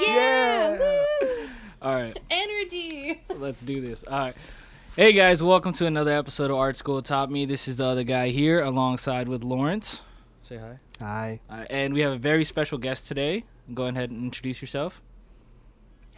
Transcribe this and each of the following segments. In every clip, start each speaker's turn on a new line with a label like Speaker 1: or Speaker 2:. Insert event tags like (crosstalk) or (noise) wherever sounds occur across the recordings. Speaker 1: Yeah!
Speaker 2: Woo!
Speaker 1: All right,
Speaker 2: Energy!
Speaker 1: let's do this. All right. Hey guys, welcome to another episode of Art School Top Me. This is the other guy here alongside with Lawrence. Say hi.
Speaker 3: Hi.
Speaker 1: All right, and we have a very special guest today. Go ahead and introduce yourself.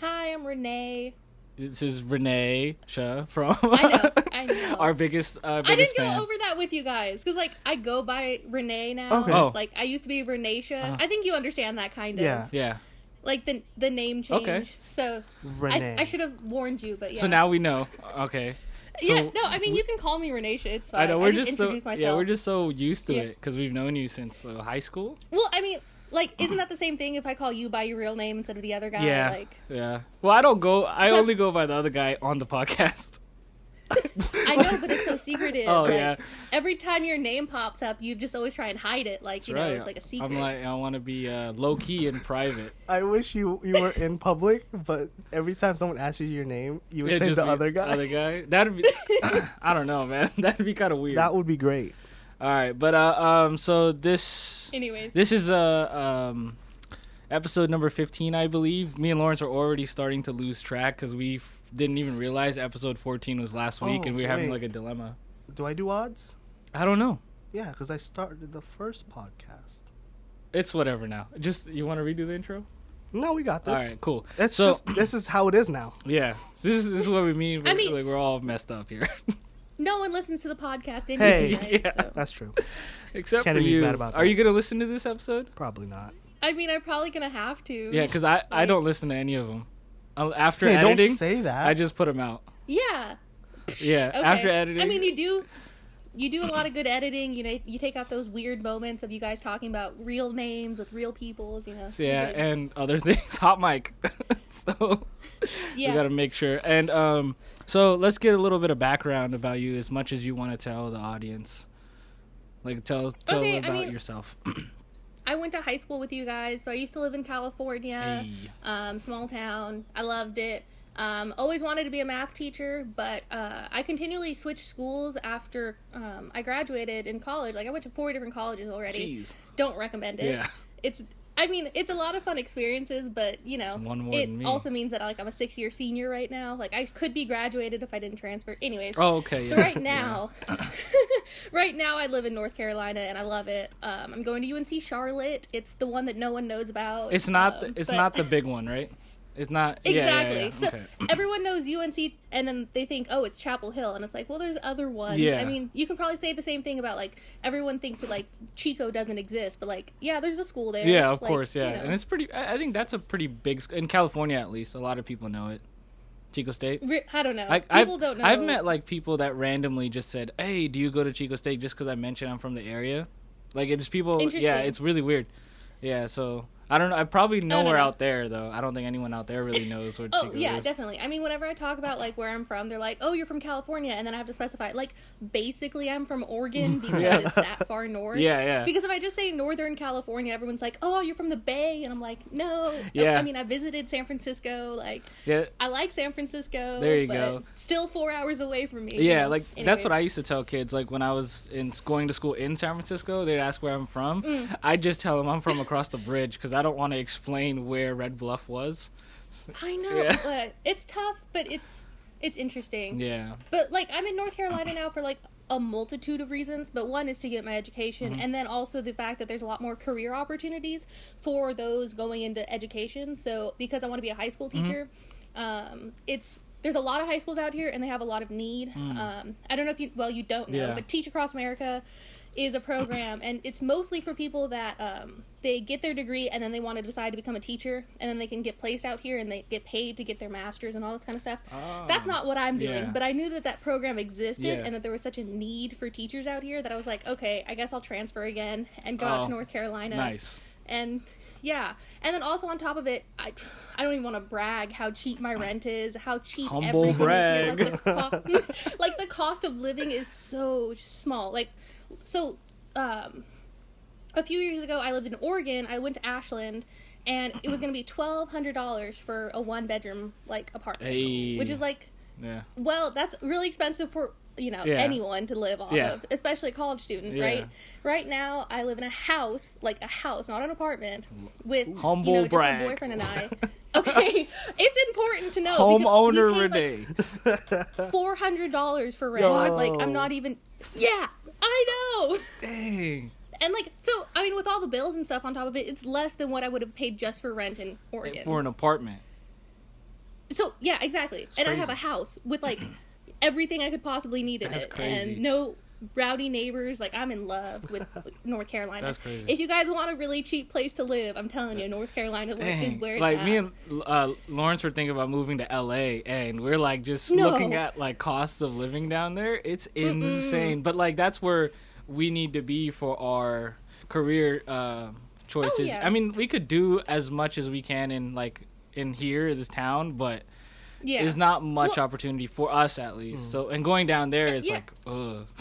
Speaker 2: Hi, I'm Renee.
Speaker 1: This is Renee Shah from
Speaker 2: I
Speaker 1: (laughs)
Speaker 2: know, I know.
Speaker 1: our biggest uh,
Speaker 2: I didn't
Speaker 1: biggest
Speaker 2: go
Speaker 1: fan.
Speaker 2: over that with you guys because, like, I go by Renee now.
Speaker 3: Okay.
Speaker 1: Oh.
Speaker 2: Like, I used to be Renatia.
Speaker 1: Uh-huh.
Speaker 2: I think you understand that kind of.
Speaker 3: Yeah.
Speaker 1: yeah.
Speaker 2: Like the the name change.
Speaker 1: Okay.
Speaker 2: So
Speaker 3: Renee.
Speaker 2: I, I should have warned you, but yeah.
Speaker 1: So now we know. Okay.
Speaker 2: yeah.
Speaker 1: so-
Speaker 2: No, I mean you can call me Renatia. It's fine.
Speaker 1: I know we're
Speaker 2: just,
Speaker 1: just, so
Speaker 2: introduced myself.
Speaker 1: yeah we're just so used to
Speaker 2: Yeah.
Speaker 1: it it because we've known you since uh, high school.
Speaker 2: Well, I mean, like, isn't that the same thing if I call you by your real name instead of the other guy?
Speaker 1: yeah.
Speaker 2: Like,
Speaker 1: yeah. Well, I don't go. I
Speaker 2: So-
Speaker 1: only go by the other guy on the podcast.
Speaker 2: (laughs)
Speaker 1: (laughs)
Speaker 2: I know, but it's so secretive.
Speaker 1: Oh,
Speaker 2: like,
Speaker 1: yeah.
Speaker 2: Every time your name pops up, you just always try and hide it. Like,
Speaker 1: That's
Speaker 2: you know,
Speaker 1: right.
Speaker 2: it's like a secret.
Speaker 1: I'm like I want to be uh, low key and private.
Speaker 3: I wish you you were in public, but every time someone asks you your name, you would
Speaker 1: It'd
Speaker 3: say
Speaker 1: just
Speaker 3: the
Speaker 1: be
Speaker 3: other guy.
Speaker 1: Other
Speaker 3: (laughs)
Speaker 1: guy. That'd be. (coughs) I don't know, man. (laughs) That'd be kind of weird.
Speaker 3: That would be great.
Speaker 1: All right, but uh, um, so this
Speaker 2: Anyways.
Speaker 1: this is uh um episode number 15 i believe me and lawrence are already starting to lose track because we f- didn't even realize episode 14 was last week
Speaker 3: Oh,
Speaker 1: and we were having
Speaker 3: wait.
Speaker 1: like a dilemma
Speaker 3: Do I do odds?
Speaker 1: i don't know
Speaker 3: Yeah, because I started the first podcast.
Speaker 1: it's whatever now just you want to redo the intro
Speaker 3: No, we got
Speaker 1: all
Speaker 3: this.
Speaker 1: right cool
Speaker 3: That's
Speaker 1: so
Speaker 3: just this is how it is now.
Speaker 1: yeah this is, this is what we mean,
Speaker 2: I
Speaker 1: we're-
Speaker 2: mean-
Speaker 1: like we're all messed up here (laughs)
Speaker 2: No one listens to the podcast
Speaker 3: Hey.
Speaker 2: anyway.
Speaker 1: Yeah.
Speaker 2: so-
Speaker 3: That's true.
Speaker 1: except
Speaker 3: Can't
Speaker 1: for
Speaker 3: be
Speaker 1: you
Speaker 3: mad about
Speaker 1: are
Speaker 3: that.
Speaker 1: you gonna listen to this episode
Speaker 3: Probably not.
Speaker 2: I mean, I'm probably gonna have to.
Speaker 1: yeah because i i
Speaker 2: Like-
Speaker 1: don't listen to any of them after
Speaker 3: Hey,
Speaker 1: editing
Speaker 3: don't say that.
Speaker 1: i just put them out
Speaker 2: Yeah.
Speaker 1: yeah
Speaker 2: (laughs) Okay.
Speaker 1: after editing
Speaker 2: I mean, you do. You do a lot of good editing. You know, you take out those weird moments of you guys talking about real names with real peoples. You know. You
Speaker 1: yeah
Speaker 2: did-
Speaker 1: and other (laughs) things hot mic so
Speaker 2: yeah.
Speaker 1: we gotta make sure and um so let's get a little bit of background about you as much as you want to tell the audience like tell tell
Speaker 2: Okay, I
Speaker 1: about
Speaker 2: mean- (laughs)
Speaker 1: yourself
Speaker 2: I went to high school with you guys, so I used to live in California,
Speaker 1: Hey.
Speaker 2: um, small town. I loved it. Um, always wanted to be a math teacher, but uh, I continually switched schools after um, I graduated in college. Like I went to four different colleges already.
Speaker 1: jeez
Speaker 2: Don't recommend it.
Speaker 1: yeah
Speaker 2: It's I mean it's a lot of fun experiences, but you know
Speaker 1: It's one more
Speaker 2: it
Speaker 1: than me.
Speaker 2: also means that like I'm a six year senior right now. Like I could be graduated if I didn't transfer. Anyways,
Speaker 1: oh okay yeah.
Speaker 2: so right now, (laughs) right now I live in North Carolina and I love it. Um, I'm going to UNC Charlotte. It's the one that no one knows about.
Speaker 1: Yeah. it's not
Speaker 2: um,
Speaker 1: the, it's
Speaker 2: but- (laughs)
Speaker 1: not the big one right it's not yeah,
Speaker 2: exactly.
Speaker 1: yeah, yeah,
Speaker 2: So
Speaker 1: okay. (clears throat)
Speaker 2: everyone knows UNC, and then they think, oh, it's Chapel Hill, and it's like, well, there's other ones.
Speaker 1: Yeah.
Speaker 2: I mean, you can probably say the same thing about like everyone thinks that like Chico doesn't exist, but like, yeah, there's a school there.
Speaker 1: yeah of
Speaker 2: Like,
Speaker 1: course yeah
Speaker 2: you know.
Speaker 1: and it's pretty I, I think that's a pretty big sc- in california at least a lot of people know it chico state
Speaker 2: Re- I don't know.
Speaker 1: I,
Speaker 2: People
Speaker 1: I've,
Speaker 2: don't know.
Speaker 1: I've met like people that randomly just said, "Hey, do you go to Chico Steak?" Just because I mentioned I'm from the area. Like it's people. Yeah,
Speaker 2: Interesting.
Speaker 1: it's really weird. Yeah, so I don't know. I probably know
Speaker 2: don't
Speaker 1: we're
Speaker 2: know.
Speaker 1: out there though. I don't think anyone out there really knows where
Speaker 2: Oh
Speaker 1: Chico
Speaker 2: yeah,
Speaker 1: is.
Speaker 2: definitely. I mean, whenever I talk about like where I'm from, they're like, "Oh, you're from California," and then I have to specify, like, basically, I'm from
Speaker 1: (laughs)
Speaker 2: Oregon because
Speaker 1: Yeah.
Speaker 2: it's that far north.
Speaker 1: Yeah, yeah.
Speaker 2: Because if I just say Northern California, everyone's like, "Oh, you're from the Bay," and I'm like, "No." Oh,
Speaker 1: Yeah.
Speaker 2: I mean, I visited San Francisco. Like,
Speaker 1: yeah,
Speaker 2: I like San Francisco.
Speaker 1: There you
Speaker 2: but
Speaker 1: go.
Speaker 2: Still four hours away from me.
Speaker 1: yeah. Like that's what
Speaker 2: I.
Speaker 1: I used to tell kids. Like when I was in going to school in San Francisco, they'd ask where I'm from.
Speaker 2: Mm.
Speaker 1: I just tell them I'm from across the bridge because I don't want to explain where Red Bluff was.
Speaker 2: I know,
Speaker 1: Yeah.
Speaker 2: but it's tough. But it's it's interesting.
Speaker 1: Yeah,
Speaker 2: But like I'm in North Carolina now for like a multitude of reasons, but one is to get my education
Speaker 1: Mm-hmm.
Speaker 2: and then also the fact that there's a lot more career opportunities for those going into education. So because I want to be a high
Speaker 1: Mm-hmm.
Speaker 2: school teacher, um it's there's a lot of high schools out here and they have a lot of need. Um I don't know if you well you don't know,
Speaker 1: Mm. Yeah.
Speaker 2: but Teach Across America is a program and it's mostly for people that um, they get their degree and then they want to decide to become a teacher and then they can get placed out here and they get paid to get their masters and all this kind of stuff that's
Speaker 1: Oh.
Speaker 2: not what i'm doing
Speaker 1: Yeah.
Speaker 2: but I knew that that program existed
Speaker 1: Yeah.
Speaker 2: and that there was such a need for teachers out here that I was like, okay, I guess I'll transfer again and go out
Speaker 1: Oh,
Speaker 2: to North Carolina.
Speaker 1: nice.
Speaker 2: And yeah, and then also on top of it, I, I don't even want to brag how cheap my rent is, how cheap
Speaker 1: Humble
Speaker 2: everything is here. Like
Speaker 3: brag.
Speaker 2: the,
Speaker 1: (laughs)
Speaker 2: co- (laughs) like the cost of living is so small. Like, so um, a few years ago, I lived in Oregon. I went to Ashland. And it was gonna be twelve hundred dollars for a one bedroom like apartment,
Speaker 1: Hey.
Speaker 2: which is like
Speaker 1: Yeah.
Speaker 2: well, that's really expensive for you know
Speaker 1: Yeah.
Speaker 2: anyone to live off
Speaker 1: Yeah.
Speaker 2: of, especially a college student,
Speaker 1: Yeah.
Speaker 2: right? Right now, I live in a house, like a house, not an apartment, with
Speaker 1: Humble
Speaker 2: you know, just
Speaker 1: brag. (laughs)
Speaker 2: my boyfriend and I. Okay, it's important to know.
Speaker 1: Homeowner
Speaker 2: because Oh, we paid,
Speaker 1: Renee.
Speaker 2: Like Four hundred dollars for rent.
Speaker 3: Yo.
Speaker 2: Like I'm not even. Yeah, I know. (laughs)
Speaker 1: Dang.
Speaker 2: And like so, I mean, with all the bills and stuff on top of it, it's less than what I would have paid just for rent in Oregon.
Speaker 1: For an apartment.
Speaker 2: So yeah, exactly. and I have a
Speaker 1: crazy.
Speaker 2: house with
Speaker 1: (clears throat)
Speaker 2: like everything I could possibly need in
Speaker 1: That's
Speaker 2: it,
Speaker 1: crazy.
Speaker 2: and no rowdy neighbors. Like I'm in love
Speaker 1: (laughs)
Speaker 2: with North Carolina.
Speaker 1: That's crazy.
Speaker 2: If you guys want a really cheap place to live, I'm telling you, North Carolina is
Speaker 1: Dang.
Speaker 2: where it's
Speaker 1: Like
Speaker 2: at.
Speaker 1: me and uh, Lawrence were thinking about moving to LA, and we're like just
Speaker 2: No.
Speaker 1: looking at like costs of living down there. It's insane. But like that's where we need to be for our career uh, choices.
Speaker 2: yeah.
Speaker 1: I mean, we could do as much as we can in like in here, this town, but
Speaker 2: yeah.
Speaker 1: there's not much
Speaker 2: Well- Uh,
Speaker 1: opportunity for us at least. So and going down there is
Speaker 2: yeah.
Speaker 1: like, ugh. (laughs)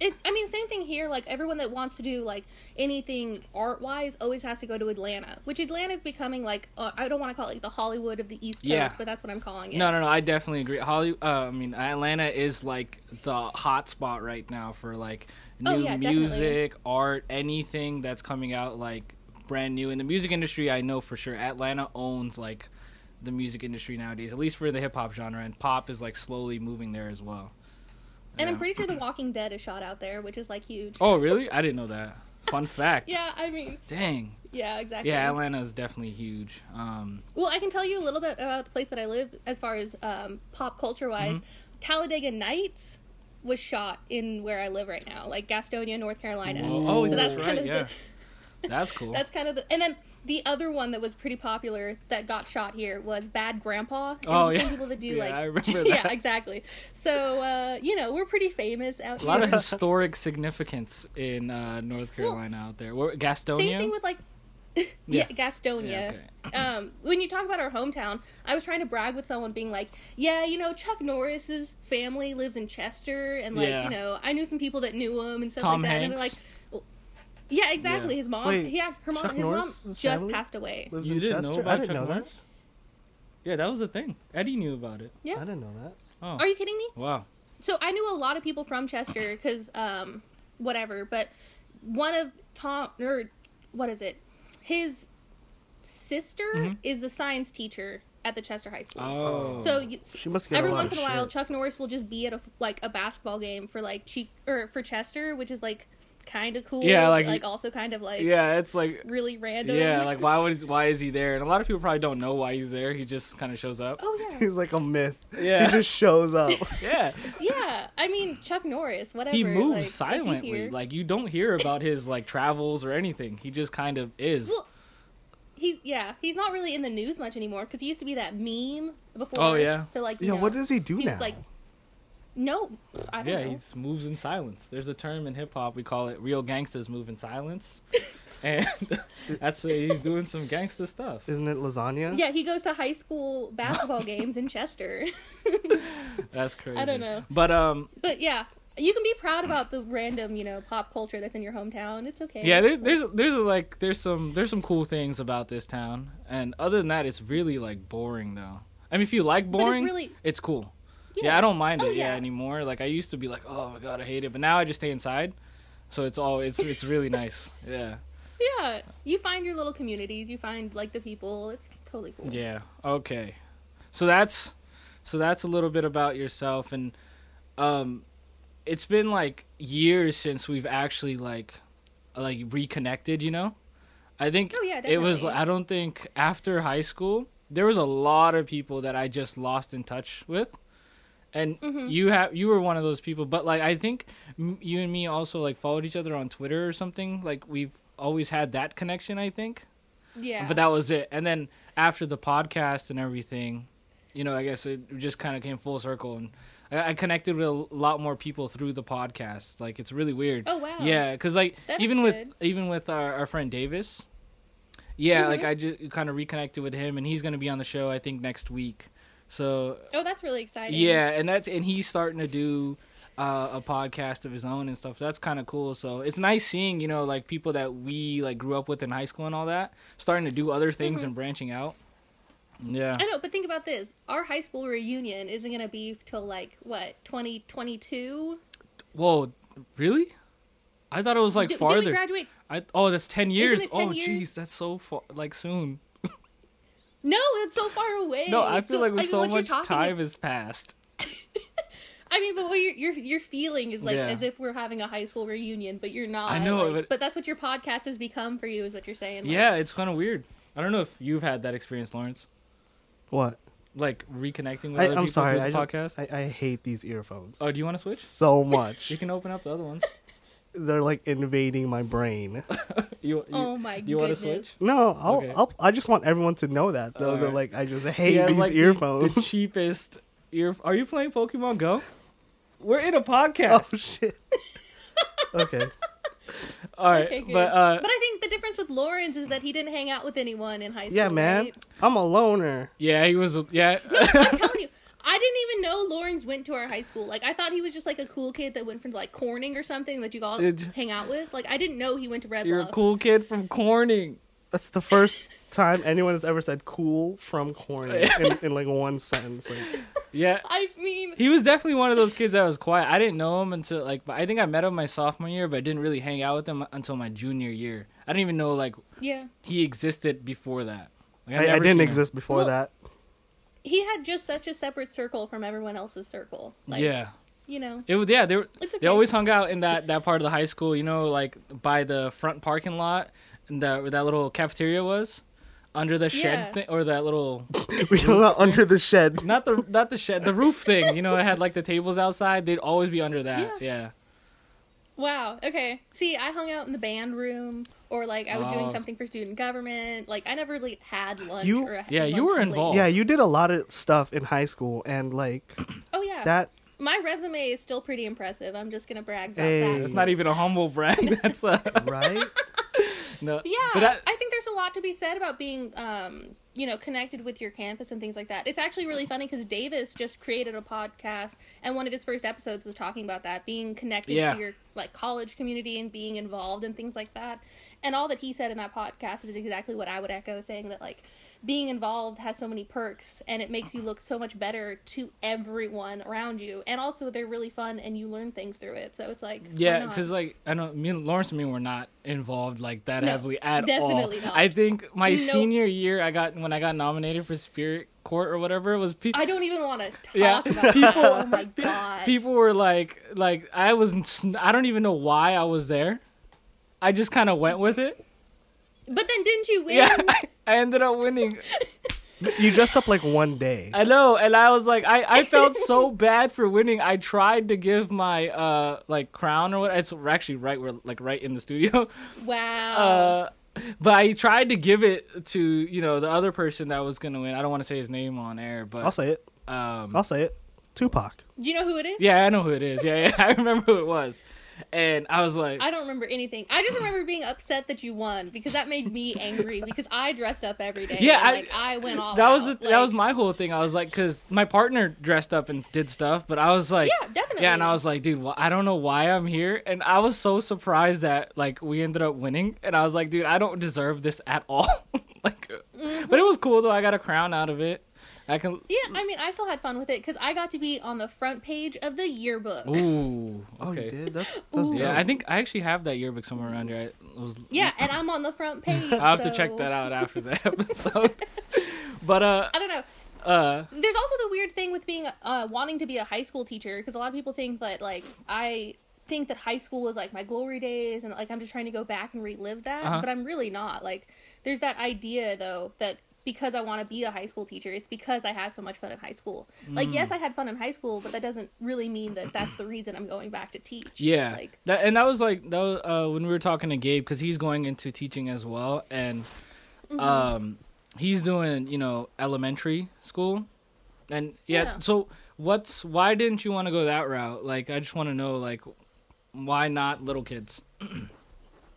Speaker 2: it's i mean same thing here like everyone that wants to do like anything art wise always has to go to atlanta which atlanta is becoming like uh, i don't want to call it like the hollywood of the east coast
Speaker 1: Yeah.
Speaker 2: but that's what i'm calling it
Speaker 1: No, no, no. I definitely agree. Holly, uh, I mean, Atlanta is like the hot spot right now for like new
Speaker 2: Oh, yeah, definitely.
Speaker 1: music, art, anything that's coming out like brand new in the music industry. I know for sure Atlanta owns like the music industry nowadays, at least for the hip hop genre, and pop is like slowly moving there as well.
Speaker 2: and i'm
Speaker 1: Yeah.
Speaker 2: pretty sure
Speaker 1: (clears throat)
Speaker 2: the walking dead is shot out there which is like huge
Speaker 1: Oh, really? I didn't know that. (laughs) Fun fact.
Speaker 2: yeah i mean
Speaker 1: Dang.
Speaker 2: yeah exactly
Speaker 1: Yeah, Atlanta is definitely huge. Um,
Speaker 2: well i can tell you a little bit about the place that i live as far as um, pop culture wise
Speaker 1: Mm-hmm.
Speaker 2: talladega nights was shot in where i live right now like gastonia north carolina
Speaker 1: whoa- oh,
Speaker 2: so that's
Speaker 1: that's
Speaker 2: kind
Speaker 1: right.
Speaker 2: of
Speaker 1: Yeah,
Speaker 2: the
Speaker 1: that's cool.
Speaker 2: That's kind of the, and then the other one that was pretty popular that got shot here was Bad Grandpa. It was
Speaker 1: Oh,
Speaker 2: the same
Speaker 1: yeah.
Speaker 2: people that do
Speaker 1: (laughs) Yeah,
Speaker 2: like
Speaker 1: I remember
Speaker 2: (laughs) yeah,
Speaker 1: that.
Speaker 2: exactly. So uh, you know we're pretty famous out
Speaker 1: A lot
Speaker 2: here.
Speaker 1: of historic significance in uh, North
Speaker 2: Well,
Speaker 1: Carolina out there. Where, Gastonia?
Speaker 2: same thing with like (laughs) yeah,
Speaker 1: Yeah.
Speaker 2: Gastonia.
Speaker 1: Yeah,
Speaker 2: um, when you talk about our hometown, I was trying to brag with someone being like, yeah, you know Chuck Norris's family lives in Chester, and like
Speaker 1: Yeah.
Speaker 2: you know I knew some people that knew him and stuff
Speaker 1: Tom
Speaker 2: like that, and they're
Speaker 1: Hanks.
Speaker 2: like. "Well, Yeah, exactly. His mom,
Speaker 3: Wait,
Speaker 2: he act- her mom,
Speaker 3: Chuck
Speaker 2: his mom
Speaker 3: Norris's
Speaker 2: just
Speaker 3: family?
Speaker 2: passed away.
Speaker 3: (laughs) Lives
Speaker 1: You
Speaker 3: in
Speaker 1: didn't know
Speaker 3: Chester. I
Speaker 1: about
Speaker 3: didn't know
Speaker 1: Chuck Norris? yeah, that was the thing. Eddie knew about it.
Speaker 2: Yeah.
Speaker 3: that. I didn't know that.
Speaker 1: Oh,
Speaker 2: Are you kidding me?
Speaker 1: wow.
Speaker 2: so I knew a lot of people from Chester because um, whatever, but one of Tom or what is it? His sister is the science teacher at the Chester High School.
Speaker 1: Mm-hmm. Oh.
Speaker 2: So you,
Speaker 3: She must get
Speaker 2: every
Speaker 3: a lot
Speaker 2: once
Speaker 3: of
Speaker 2: in a while,
Speaker 3: shit.
Speaker 2: Chuck Norris will just be at a f- like a basketball game for like cheek or for Chester, which is like kind of cool.
Speaker 1: Yeah,
Speaker 2: but,
Speaker 1: like-
Speaker 2: like also kind of like
Speaker 1: yeah, it's like
Speaker 2: really random. (laughs)
Speaker 1: yeah, like why would why is he there? And a lot of people probably don't know why he's there. He just kind of shows up.
Speaker 2: oh
Speaker 1: (laughs)
Speaker 3: (laughs)
Speaker 2: yeah,
Speaker 3: He's like a myth.
Speaker 1: Yeah.
Speaker 3: He just shows
Speaker 2: (laughs)
Speaker 3: up.
Speaker 1: Yeah,
Speaker 2: yeah. I mean Chuck Norris, whatever.
Speaker 1: he moves
Speaker 2: like, if he's
Speaker 1: silently.
Speaker 2: here.
Speaker 1: Like you don't hear about his like travels or anything. He just kind of is.
Speaker 2: Well, He's yeah, he's not really in the news much anymore because he used to be that meme before.
Speaker 1: Oh, yeah.
Speaker 2: So like, you
Speaker 3: yeah,
Speaker 2: know,
Speaker 3: what does he do
Speaker 2: he's
Speaker 3: now?
Speaker 2: like, no, I don't
Speaker 1: yeah,
Speaker 2: know.
Speaker 1: he moves in silence. There's a term in hip hop we call it "real gangsters move in silence,"
Speaker 2: (laughs)
Speaker 1: and (laughs) that's he's doing some gangster stuff.
Speaker 3: Isn't it lasagna?
Speaker 2: Yeah, he goes to high school
Speaker 1: (laughs)
Speaker 2: basketball games in Chester. (laughs)
Speaker 1: That's crazy.
Speaker 2: don't know.
Speaker 1: But um,
Speaker 2: but yeah, you can be proud about the random, you know, pop culture that's in your hometown. It's okay.
Speaker 1: yeah, there's there's there's like there's some there's some cool things about this town, and other than that, it's really like boring though. I mean, if you like
Speaker 2: it's
Speaker 1: boring,
Speaker 2: really-
Speaker 1: it's cool. Yeah. I don't mind
Speaker 2: Oh,
Speaker 1: it. Yeah.
Speaker 2: yeah.
Speaker 1: anymore. Like I used to be like, oh my god, I hate it, but now I just stay inside, so it's all it's it's really nice. Yeah,
Speaker 2: yeah. You find your little communities. You find like the people. It's totally cool.
Speaker 1: yeah. Okay, so that's so that's a little bit about yourself, and um, it's been like years since we've actually like like reconnected. You know, I think
Speaker 2: Oh, yeah,
Speaker 1: it was.
Speaker 2: definitely.
Speaker 1: I don't think after high school there was a lot of people that I just lost in touch with, and
Speaker 2: Mm-hmm.
Speaker 1: you have you were one of those people. But like I think m- you and me also like followed each other on Twitter or something. Like we've always had that connection. I think,
Speaker 2: Yeah.
Speaker 1: but that was it. And then after the podcast and everything, you know, I guess it just kind of came full circle and. I I connected with a lot more people through the podcast. Like it's really weird.
Speaker 2: Oh, wow.
Speaker 1: Yeah, because like
Speaker 2: That is
Speaker 1: even with
Speaker 2: good.
Speaker 1: even with our, our friend Davis, yeah,
Speaker 2: Mm-hmm.
Speaker 1: like I just kind of reconnected with him, and he's gonna be on the show I think next week. So
Speaker 2: oh, that's really exciting.
Speaker 1: yeah, and that's and he's starting to do uh, a podcast of his own and stuff. That's kind of cool. So it's nice seeing you know like people that we like grew up with in high school and all that starting to do other things
Speaker 2: Mm-hmm.
Speaker 1: and branching out. Yeah.
Speaker 2: I know, but think about this. Our high school reunion isn't going to be till like what, 2022?
Speaker 1: Whoa, really? I thought it was like
Speaker 2: Did-
Speaker 1: farther.
Speaker 2: Did we graduate?
Speaker 1: I, oh, that's ten years.
Speaker 2: it 10
Speaker 1: oh,
Speaker 2: years?
Speaker 1: jeez, that's so far. Like soon.
Speaker 2: No, it's so far away.
Speaker 1: No, I feel like
Speaker 2: I
Speaker 1: with
Speaker 2: mean,
Speaker 1: so
Speaker 2: what you're
Speaker 1: much
Speaker 2: talking
Speaker 1: time has passed.
Speaker 2: I mean, but what you're, you're, you're feeling is like
Speaker 1: Yeah.
Speaker 2: as if we're having a high school reunion, but you're not.
Speaker 1: I know,
Speaker 2: like-
Speaker 1: but-
Speaker 2: that's what your podcast has become for you, is what you're saying. like-
Speaker 1: Yeah, it's kind of weird. I don't know if you've had that experience, Lawrence.
Speaker 3: What?
Speaker 1: Like reconnecting with
Speaker 3: I,
Speaker 1: other
Speaker 3: I'm
Speaker 1: people
Speaker 3: sorry.
Speaker 1: through
Speaker 3: I
Speaker 1: the
Speaker 3: just,
Speaker 1: podcast.
Speaker 3: I, I hate these earphones
Speaker 1: Oh, do you want to switch?
Speaker 3: so
Speaker 1: You
Speaker 3: much.
Speaker 1: can open up the other ones.
Speaker 3: They're like invading my
Speaker 1: (laughs)
Speaker 3: brain.
Speaker 1: You, you,
Speaker 2: Oh my
Speaker 1: you want to
Speaker 2: goodness.
Speaker 1: switch?
Speaker 3: No, I'll,
Speaker 1: Okay.
Speaker 3: I'll, I just want everyone to know that though. That
Speaker 1: Alright.
Speaker 3: like I just hate
Speaker 1: Yeah,
Speaker 3: these
Speaker 1: like the-
Speaker 3: earphones.
Speaker 1: The, cheapest ear. Are you playing Pokemon Go? We're in
Speaker 3: (laughs)
Speaker 1: a
Speaker 3: oh (laughs)
Speaker 1: podcast. (laughs)
Speaker 3: shit. okay.
Speaker 1: All right,
Speaker 2: Okay, good.
Speaker 1: but uh,
Speaker 2: but I think the difference with Lawrence is that he didn't hang out with anyone in high school.
Speaker 3: Yeah, man.
Speaker 2: right?
Speaker 3: I'm a loner.
Speaker 1: yeah, he was.
Speaker 2: (laughs)
Speaker 1: Yeah,
Speaker 2: I'm
Speaker 3: (laughs)
Speaker 2: telling you, I didn't even know Lawrence went to our high school. Like, I thought he was just like a cool kid that went from like Corning or something that you all
Speaker 1: It's-
Speaker 2: hang out with. Like, I didn't know he went to Red
Speaker 1: you're a
Speaker 2: Bluff.
Speaker 1: cool kid from Corning.
Speaker 3: That's the first time anyone has ever said "cool" from
Speaker 1: (laughs)
Speaker 3: corny in, in like one sentence. Like,
Speaker 1: Yeah,
Speaker 2: I mean,
Speaker 1: he was definitely one of those kids that was quiet. I didn't know him until like, but I think I met him my sophomore year, but I didn't really hang out with him until my junior year. I didn't even know like
Speaker 2: yeah.
Speaker 1: he existed before that. Like, I'd
Speaker 3: I, I
Speaker 1: never
Speaker 3: didn't
Speaker 1: seen him.
Speaker 3: exist before
Speaker 2: Well, (laughs)
Speaker 3: that. (laughs)
Speaker 2: He had just such a separate circle from everyone else's circle. Like,
Speaker 1: yeah,
Speaker 2: You know,
Speaker 1: it was. Yeah, they were,
Speaker 2: It's okay.
Speaker 1: they always hung out in that that part of the high school. You know, like by the front parking lot and that where that little cafeteria was. Under the shed
Speaker 2: Yeah.
Speaker 1: thing, or that little
Speaker 3: We
Speaker 1: (laughs)
Speaker 3: hung out under the shed.
Speaker 1: not the not the shed the roof thing, you know, it had like the tables outside. They'd always be under that. Yeah,
Speaker 2: Wow. Okay. See, I hung out in the band room, or like I was doing
Speaker 1: Oh.
Speaker 2: something for student government. Like I never really had lunch.
Speaker 3: You-
Speaker 2: or a-
Speaker 1: Yeah, you
Speaker 2: lunch
Speaker 1: were
Speaker 2: late.
Speaker 1: involved.
Speaker 3: Yeah, you did a lot of stuff in high school, and like
Speaker 2: Oh yeah.
Speaker 3: that.
Speaker 2: My resume is still pretty impressive. I'm just gonna brag about
Speaker 3: Hey.
Speaker 2: that.
Speaker 1: That's not even a humble brag. (laughs) That's a
Speaker 3: Right?
Speaker 1: no.
Speaker 2: (laughs) Yeah,
Speaker 1: but that,
Speaker 2: I think there's a lot to be said about being, um, you know, connected with your campus and things like that. It's actually really funny because Davis just created a podcast, and one of his first episodes was talking about that being connected
Speaker 1: Yeah.
Speaker 2: to your like college community and being involved and things like that. And all that he said in that podcast is exactly what I would echo, saying that like being involved has so many perks and it makes you look so much better to everyone around you. And also, they're really fun and you learn things through it. So it's like why
Speaker 1: yeah,
Speaker 2: not?
Speaker 1: because like I know me and Lawrence and me were not involved like that
Speaker 2: No,
Speaker 1: heavily at
Speaker 2: definitely
Speaker 1: all.
Speaker 2: not.
Speaker 1: I think my
Speaker 2: Nope.
Speaker 1: senior year, I got when I got nominated for Spirit Court or whatever it was. Pe-
Speaker 2: I don't even want to talk
Speaker 1: Yeah.
Speaker 2: about people. Oh my god.
Speaker 1: (laughs) people were like, like I was. sn- I don't even know why I was there. I just kind of went with it. (laughs)
Speaker 2: But then didn't you win?
Speaker 1: Yeah, (laughs) I ended up winning.
Speaker 3: (laughs) You dressed up like one day.
Speaker 1: I know, and I was like, I, I felt so bad for winning. I tried to give my uh like crown or what. It's actually right where like right in the studio, (laughs)
Speaker 2: Wow.
Speaker 1: uh, but I tried to give it to you know the other person that was gonna win. I don't want to say his name on air, but
Speaker 3: I'll say it.
Speaker 1: um,
Speaker 3: I'll say it. Tupac.
Speaker 2: Do you know who it is?
Speaker 1: yeah, I know who it is. Yeah, (laughs) yeah, I remember who it was, and I was like,
Speaker 2: I don't remember anything. I just remember being upset that you won because that made me angry because I dressed up every day.
Speaker 1: Yeah,
Speaker 2: and,
Speaker 1: I-
Speaker 2: like I went all.
Speaker 1: that was the,
Speaker 2: out.
Speaker 1: that
Speaker 2: Oh, Like,
Speaker 1: was my whole thing. I was like, because my partner dressed up and did stuff, but I was like,
Speaker 2: Yeah, definitely.
Speaker 1: Yeah, and I was like, dude, well, I don't know why I'm here, and I was so surprised that like we ended up winning, and I was like, dude, I don't deserve this at all. (laughs) like,
Speaker 2: Mm-hmm.
Speaker 1: but it was cool though. I got a crown out of it. I can.
Speaker 2: Yeah, I mean, I still had fun with it because I got to be on the front page of the yearbook.
Speaker 1: Ooh. Okay.
Speaker 3: Oh, you did. That's that's
Speaker 2: Ooh.
Speaker 3: dope.
Speaker 1: Yeah, I think I actually have that yearbook somewhere around here. I was,
Speaker 2: Yeah, and I'm on the
Speaker 1: (laughs)
Speaker 2: front page.
Speaker 1: I'll have to check that out
Speaker 2: (laughs)
Speaker 1: after the episode. but uh,
Speaker 2: I don't know.
Speaker 1: uh,
Speaker 2: there's also the weird thing with being uh, wanting to be a high school teacher because a lot of people think that like I think that high school was like my glory days and like I'm just trying to go back and relive that,
Speaker 1: Uh-huh.
Speaker 2: but I'm really not. Like there's that idea though that because I want to be a high school teacher, it's because I had so much fun in high school. Like
Speaker 1: Mm.
Speaker 2: yes, I had fun in high school, but that doesn't really mean that that's the reason I'm going back to teach.
Speaker 1: yeah,
Speaker 2: Like
Speaker 1: that and that was like that was, uh, when we were talking to Gabe because he's going into teaching as well, and
Speaker 2: Mm-hmm.
Speaker 1: um, he's doing you know elementary school, and yeah,
Speaker 2: Yeah.
Speaker 1: So what's why didn't you want to go that route? Like, I just want to know like why not little kids?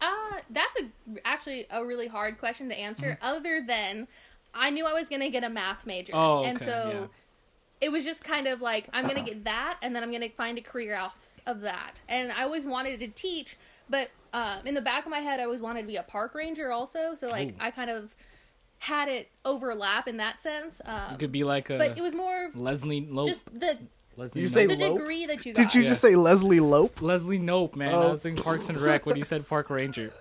Speaker 2: Uh, that's a actually a really hard question to answer. Other than, I knew I was gonna get a math major,
Speaker 1: Oh,
Speaker 2: and
Speaker 1: okay,
Speaker 2: so it was just kind of like I'm gonna get that, and then I'm gonna find a career off of that. And I always wanted to teach, but um, in the back of my head, I always wanted to be a park ranger also. So like I kind of had it overlap in that sense. Um,
Speaker 1: It could be like a
Speaker 2: but it was more of
Speaker 1: Leslie Lope.
Speaker 2: just the
Speaker 1: Leslie
Speaker 3: You
Speaker 1: Knope.
Speaker 3: say
Speaker 2: the
Speaker 3: Lope?
Speaker 2: degree that you got.
Speaker 3: Did you just say Leslie Lope?
Speaker 1: Leslie Nope, man.
Speaker 3: Oh.
Speaker 2: (laughs)
Speaker 1: I was in Parks and Rec when you said Park Ranger.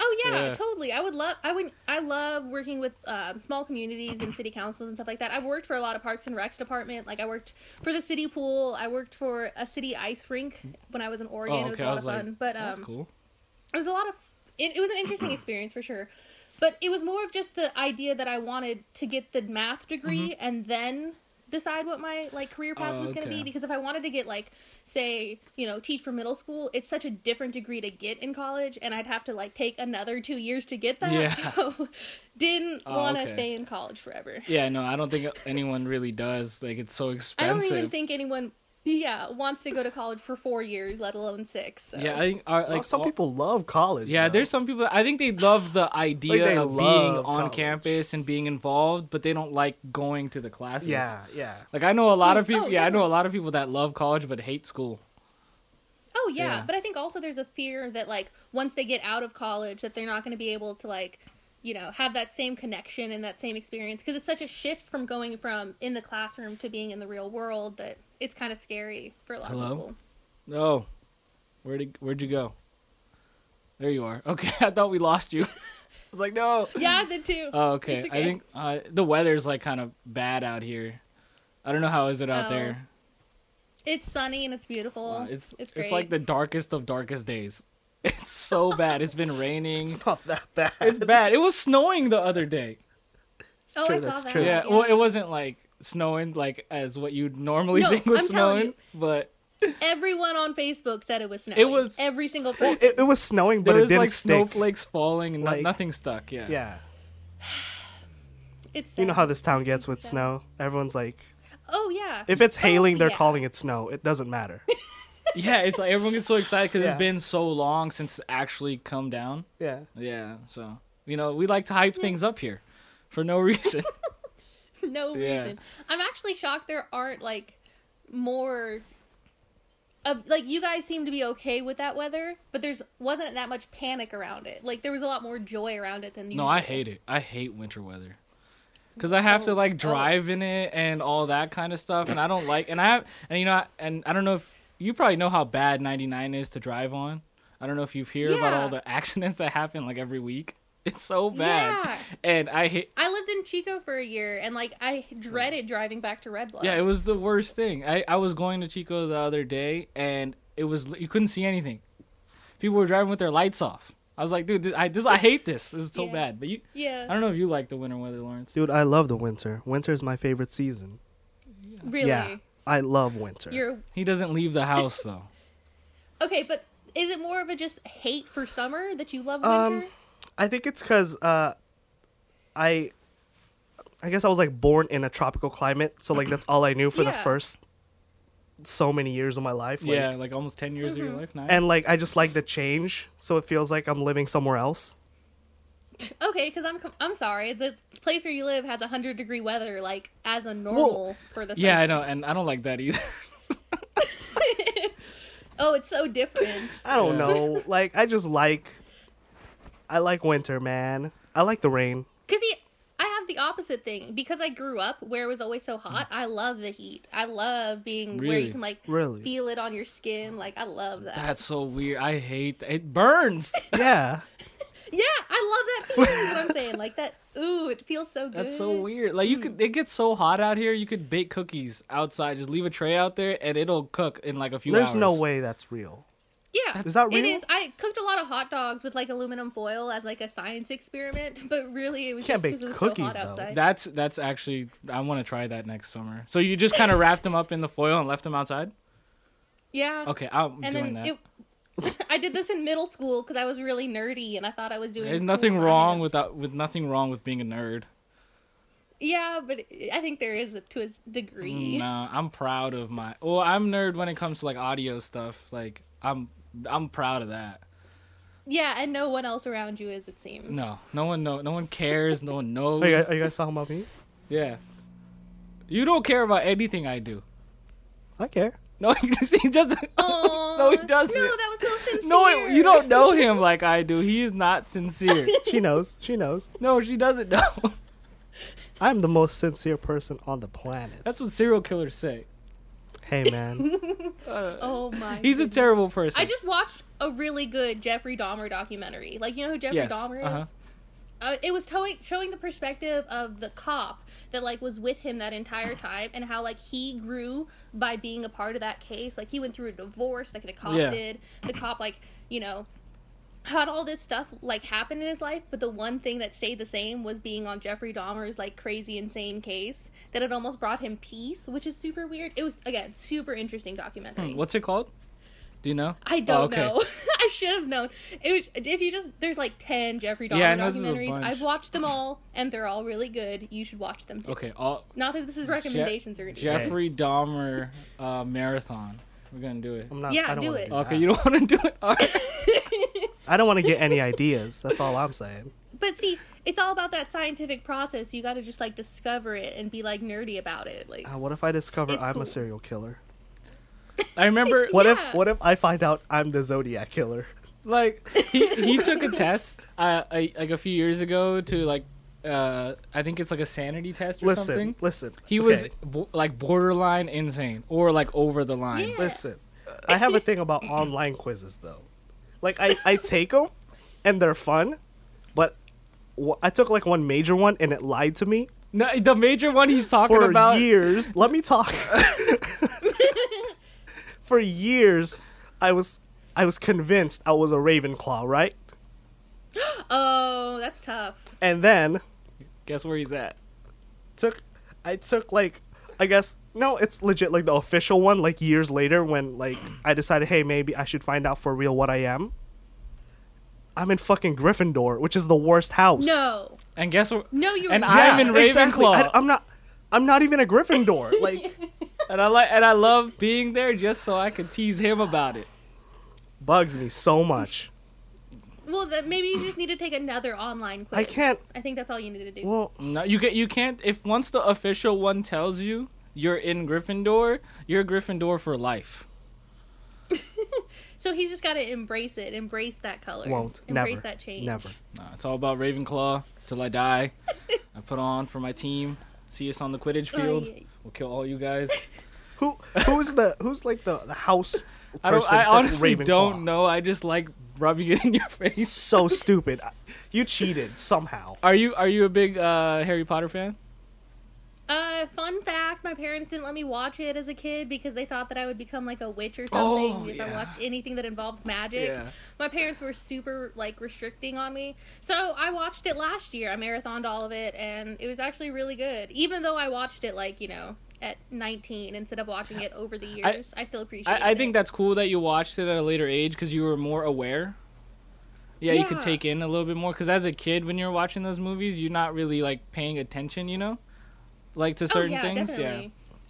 Speaker 2: Oh yeah,
Speaker 1: Yeah.
Speaker 2: totally. I would love. I would. I love working with um, small communities and city councils and stuff like that. I've worked for a lot of parks and recs department. Like I worked for the city pool. I worked for a city ice rink when I was in Oregon.
Speaker 1: Oh,
Speaker 2: It was
Speaker 1: okay.
Speaker 2: a
Speaker 1: I
Speaker 2: lot
Speaker 1: was
Speaker 2: of
Speaker 1: like,
Speaker 2: fun. But um,
Speaker 1: that's cool.
Speaker 2: it was a lot of it, it was an
Speaker 1: (clears throat)
Speaker 2: interesting experience for sure but it was more of just the idea that i wanted to get the math degree and then decide what my like career path
Speaker 1: Mm-hmm. Oh,
Speaker 2: was going to be
Speaker 1: okay.
Speaker 2: because if i wanted to get like say you know teach for middle school it's such a different degree to get in college and i'd have to like take another two years to get that
Speaker 1: Yeah.
Speaker 2: (laughs) so didn't
Speaker 1: Oh,
Speaker 2: want to
Speaker 1: okay.
Speaker 2: stay in college forever
Speaker 1: Yeah, no, I don't think anyone really does. Like, it's so
Speaker 2: i
Speaker 1: expensive.
Speaker 2: don't even think anyone yeah wants to go to college for four years let alone six so.
Speaker 1: Yeah, I think our, like
Speaker 3: Well, Oh, some
Speaker 1: all-
Speaker 3: people love college.
Speaker 1: Yeah,
Speaker 3: though.
Speaker 1: there's some people. I think they love the idea
Speaker 3: they
Speaker 1: of being on
Speaker 3: love college.
Speaker 1: campus and being involved, but they don't like going to the classes.
Speaker 3: Yeah, yeah. (laughs)
Speaker 1: Like I know a lot of
Speaker 2: Mm,
Speaker 1: people.
Speaker 2: oh,
Speaker 1: yeah, I know a lot of people that love college but hate school.
Speaker 2: Oh yeah.
Speaker 1: Yeah.
Speaker 2: but I think also there's a fear that like once they get out of college that they're not going to be able to like you know have that same connection and that same experience because it's such a shift from going from in the classroom to being in the real world that it's kind of scary for a lot
Speaker 1: Hello?
Speaker 2: of people.
Speaker 1: No, where did Oh, where'd you go? There you are. Okay, (laughs) I thought we lost you. I was like, no.
Speaker 2: Yeah, I did too.
Speaker 1: Oh, okay.
Speaker 2: It's
Speaker 1: I think uh, the weather's like kind of bad out here. I don't know how is it out
Speaker 2: Oh,
Speaker 1: there.
Speaker 2: it's sunny and it's beautiful.
Speaker 1: Uh,
Speaker 2: it's
Speaker 1: it's
Speaker 2: Oh, it's great.
Speaker 1: it's like the darkest of darkest days. (laughs) It's so bad. It's been raining.
Speaker 3: It's not that bad.
Speaker 1: It's bad. It was snowing the other day.
Speaker 2: oh,
Speaker 3: true,
Speaker 2: I saw
Speaker 3: that's
Speaker 2: that.
Speaker 3: true.
Speaker 1: Yeah, well, it wasn't like snowing like as what you'd normally
Speaker 2: No,
Speaker 1: (laughs) think would
Speaker 2: I'm telling
Speaker 1: snowing, but
Speaker 2: Everyone on Facebook said it was snowing. It was
Speaker 1: was-
Speaker 2: every single person.
Speaker 3: It, it was snowing, but
Speaker 1: there
Speaker 3: it
Speaker 1: was
Speaker 3: didn't
Speaker 1: like
Speaker 3: stick.
Speaker 1: snowflakes falling and no-
Speaker 3: Like-
Speaker 1: nothing stuck. Yeah.
Speaker 3: Yeah,
Speaker 2: it's
Speaker 3: you know
Speaker 2: sad.
Speaker 3: how this town gets with snow. Everyone's like,
Speaker 2: oh yeah.
Speaker 3: if it's hailing, they're
Speaker 2: yeah.
Speaker 3: calling it snow. It doesn't matter.
Speaker 1: (laughs) Yeah, it's like everyone gets so excited because
Speaker 3: Yeah.
Speaker 1: it's been so long since it's actually come down.
Speaker 3: (laughs) Yeah,
Speaker 1: Yeah, so you know we like to hype things up here for no (laughs) reason.
Speaker 2: (laughs) no
Speaker 1: Yeah.
Speaker 2: reason. I'm actually shocked there aren't like more of like you guys seem to be okay with that weather, but there's wasn't that much panic around it. Like there was a lot more joy around it than
Speaker 1: no,
Speaker 2: usual.
Speaker 1: I hate it. I hate winter weather. Cause I have to
Speaker 2: Oh,
Speaker 1: like drive in it and all that kind of stuff, and I don't like. And I have, and you know, I- and I don't know if you probably know how bad 99 is to drive on. I don't know if you hear about
Speaker 2: Yeah.
Speaker 1: all the (laughs) accidents that happen like every week. It's so bad, and I hate.
Speaker 2: I lived in Chico for a year and like I dreaded driving back to Red Bluff.
Speaker 1: Yeah, it was the worst thing. I, I was going to Chico the other day, and it was you couldn't see anything. People were driving with their lights off. I was like, dude, this, I this I hate this. This is so
Speaker 2: Yeah.
Speaker 1: bad. But you,
Speaker 2: Yeah.
Speaker 1: I don't know if you like the winter weather, Lawrence.
Speaker 3: dude, I love the winter. Winter is my favorite season.
Speaker 2: really.
Speaker 3: Yeah, I love winter.
Speaker 2: You're
Speaker 1: He doesn't leave the house (laughs) though.
Speaker 2: okay, but is it more of a just hate for summer that you love
Speaker 3: Um,
Speaker 2: winter?
Speaker 3: I think it's because uh, I, I guess I was like born in a tropical climate, so like that's all I knew for the
Speaker 2: Yeah.
Speaker 3: first so many years of my life. Like,
Speaker 1: yeah, like almost ten years
Speaker 2: Mm-hmm.
Speaker 1: of your life now.
Speaker 3: and like I just like the change, so it feels like I'm living somewhere else.
Speaker 2: Okay, because I'm com- I'm sorry. The place where you live has a hundred degree weather, like as a normal for the summer.
Speaker 1: yeah, I know, and I don't like that either.
Speaker 2: Oh, it's so different.
Speaker 3: I don't (laughs)
Speaker 1: Yeah.
Speaker 3: know. Like I just like I like winter, man. I like the rain.
Speaker 2: Cause he, I have the opposite thing because I grew up where it was always so hot. I love the heat. I love being where you
Speaker 1: Mm. Really?
Speaker 2: can like
Speaker 3: Really?
Speaker 2: feel it on your skin. Like I love that.
Speaker 1: (laughs) That's so weird. I hate that.
Speaker 2: (laughs)
Speaker 1: it. Burns.
Speaker 3: Yeah. (laughs)
Speaker 2: yeah, I love that.
Speaker 1: (laughs)
Speaker 2: Feeling, is what I'm saying, like that. Ooh, it Mm. feels so good.
Speaker 1: That's so weird. Like you could, it gets so hot out here. You could bake cookies outside. Just leave a tray out there, and it'll cook in like a few
Speaker 3: There's
Speaker 1: hours.
Speaker 3: no way that's real.
Speaker 2: Yeah,
Speaker 3: Is that real?
Speaker 2: It is. I cooked a lot of hot dogs with like aluminum foil as like a science experiment, (laughs) but really it was
Speaker 3: Can't
Speaker 2: just
Speaker 3: bake
Speaker 2: because it was so
Speaker 3: cookies,
Speaker 2: hot
Speaker 3: though.
Speaker 2: outside.
Speaker 1: That's that's actually I want to try that next summer. So you just kind of wrapped them up in the foil and left them outside.
Speaker 2: yeah.
Speaker 1: Okay, I'm
Speaker 2: and
Speaker 1: doing
Speaker 2: then
Speaker 1: that.
Speaker 2: it. (laughs) I did this in middle school because I was really nerdy and I thought I was doing.
Speaker 1: There's
Speaker 2: cool
Speaker 1: nothing wrong
Speaker 2: science.
Speaker 1: with that. With nothing wrong with being a nerd.
Speaker 2: Yeah, but I think there is a, to a degree.
Speaker 1: No, I'm proud of my. Well, I'm nerd when it comes to like audio stuff. Like I'm I'm proud of that.
Speaker 2: Yeah, and no one else around you is, it seems. (laughs)
Speaker 1: No, (laughs) no one know. No one cares. No one knows.
Speaker 3: Are you, guys, are you guys talking about me?
Speaker 1: Yeah. You don't care about anything I do.
Speaker 3: I care.
Speaker 1: No, (laughs) you just, he just.
Speaker 2: Aw,
Speaker 1: No, he doesn't.
Speaker 2: No, that was so sincere.
Speaker 1: (laughs) No, you don't know him like I do. He is
Speaker 2: (laughs)
Speaker 1: not sincere.
Speaker 3: She knows. She knows.
Speaker 1: no, she doesn't know. (laughs)
Speaker 3: I'm the most sincere person on the planet.
Speaker 1: That's what serial killers say.
Speaker 3: Hey man.
Speaker 2: Oh my.
Speaker 1: He's a
Speaker 2: goodness.
Speaker 1: terrible person.
Speaker 2: I just watched a really good Jeffrey Dahmer documentary. Like you know who Jeffrey
Speaker 1: Yes,
Speaker 2: Dahmer is?
Speaker 1: uh-huh.
Speaker 2: Uh, it was towing, showing the perspective of the cop that like was with him that entire time and how like he grew by being a part of that case. Like he went through a divorce, like the cop
Speaker 1: Yeah.
Speaker 2: did. The cop like you know had all this stuff like happen in his life, but the one thing that stayed the same was being on Jeffrey Dahmer's like crazy insane case that it almost brought him peace, which is super weird. It was again super interesting documentary.
Speaker 1: Hmm, What's it called? Do you know?
Speaker 2: I don't
Speaker 1: Oh, okay.
Speaker 2: know. (laughs) I should have known. It was if you just there's like ten Jeffrey Dahmer
Speaker 1: Yeah, I know this is a
Speaker 2: documentaries.
Speaker 1: bunch.
Speaker 2: I've watched them all, and they're all really good. You should watch them too.
Speaker 1: Okay, all
Speaker 2: Not that this is recommendations or anything.
Speaker 1: Jeffrey Dahmer uh, marathon. We're gonna do it.
Speaker 3: I'm not.
Speaker 2: (laughs) Yeah,
Speaker 3: I don't
Speaker 2: do
Speaker 3: wanna
Speaker 2: it.
Speaker 1: Okay,
Speaker 3: that.
Speaker 1: you don't (laughs) want to do it. All right.
Speaker 3: I don't want to get
Speaker 2: (laughs)
Speaker 3: any ideas. That's all I'm saying.
Speaker 2: But see, it's all about that scientific process. You got to just like discover it and be like nerdy about it. Like
Speaker 3: Uh, what if I discover
Speaker 2: It's
Speaker 3: I'm
Speaker 2: cool.
Speaker 3: a serial killer?
Speaker 1: I remember
Speaker 3: (laughs) What
Speaker 2: Yeah.
Speaker 3: if What if I find out I'm the Zodiac
Speaker 1: (laughs)
Speaker 3: killer?
Speaker 1: like he, he took a test uh, I, like a few years ago to like uh, I think it's like a sanity test or
Speaker 3: Listen,
Speaker 1: something.
Speaker 3: listen.
Speaker 1: He was
Speaker 3: okay,
Speaker 1: bo- like borderline insane or like over the line.
Speaker 2: Yeah.
Speaker 3: Listen, I have a thing about online quizzes though. Like I I take them, and they're fun, but wh- I took like one major one and it lied to me
Speaker 1: No, the major one he's talking
Speaker 3: for
Speaker 1: about.
Speaker 3: years. Let me
Speaker 1: (laughs)
Speaker 3: talk. (laughs) for years, I was I was convinced I was a Ravenclaw, right?
Speaker 2: (laughs) oh, that's tough.
Speaker 3: And then
Speaker 1: Guess where he's at?
Speaker 3: took I took like I guess no, it's legit like the official one like years later when like I decided hey maybe I should find out for real what I am. I'm in fucking Gryffindor, which is the worst house.
Speaker 2: No,
Speaker 1: And guess where?
Speaker 2: no, you.
Speaker 1: And
Speaker 2: were
Speaker 1: I'm
Speaker 2: not.
Speaker 1: in Ravenclaw.
Speaker 3: exactly. I, I'm not I'm not even a Gryffindor. Like
Speaker 1: And I like and I love being there just so I could tease him about it.
Speaker 3: bugs me so much.
Speaker 2: (laughs) Well, then maybe you just need to take another online quiz.
Speaker 3: I can't-
Speaker 2: I think that's all you need to do.
Speaker 3: Well,
Speaker 1: No, you get you can't. If once the official one tells you you're in Gryffindor, you're Gryffindor for life.
Speaker 2: so he's just got to embrace it, embrace that color,
Speaker 3: won't
Speaker 2: embrace
Speaker 3: never
Speaker 2: that change.
Speaker 3: never.
Speaker 1: Nah, Uh, it's all about Ravenclaw till I die. (laughs) I put on for my team. See us on the Quidditch
Speaker 2: Ay,
Speaker 1: field.
Speaker 2: ay.
Speaker 1: We'll kill all
Speaker 3: (laughs)
Speaker 1: you guys.
Speaker 3: Who who's the who's like the, the house
Speaker 1: I don't.
Speaker 3: person
Speaker 1: I
Speaker 3: for
Speaker 1: honestly
Speaker 3: Ravenclaw?
Speaker 1: don't know. I just like rubbing it in
Speaker 3: (laughs)
Speaker 1: your face.
Speaker 3: So stupid. You cheated somehow.
Speaker 1: Are you Are you a big uh, Harry Potter fan?
Speaker 2: Uh, fun fact: My parents didn't let me watch it as a kid because they thought that I would become like a witch or something
Speaker 1: Oh,
Speaker 2: if I
Speaker 1: yeah.
Speaker 2: watched anything that involved magic.
Speaker 1: Yeah.
Speaker 2: My parents were super like restricting on me, so I watched it last year. I marathoned all of it, and it was actually really good. Even though I watched it like you know at 19 instead of watching it over the
Speaker 1: (laughs)
Speaker 2: years, I, still appreciate.
Speaker 1: I, I think that's cool that you watched it at a later age because you were more aware. Yeah, you could
Speaker 2: Yeah.
Speaker 1: take in a little bit more because as a kid, when you're watching those movies, you're not really like paying attention, you know, like
Speaker 2: Oh,
Speaker 1: to certain things. Yeah,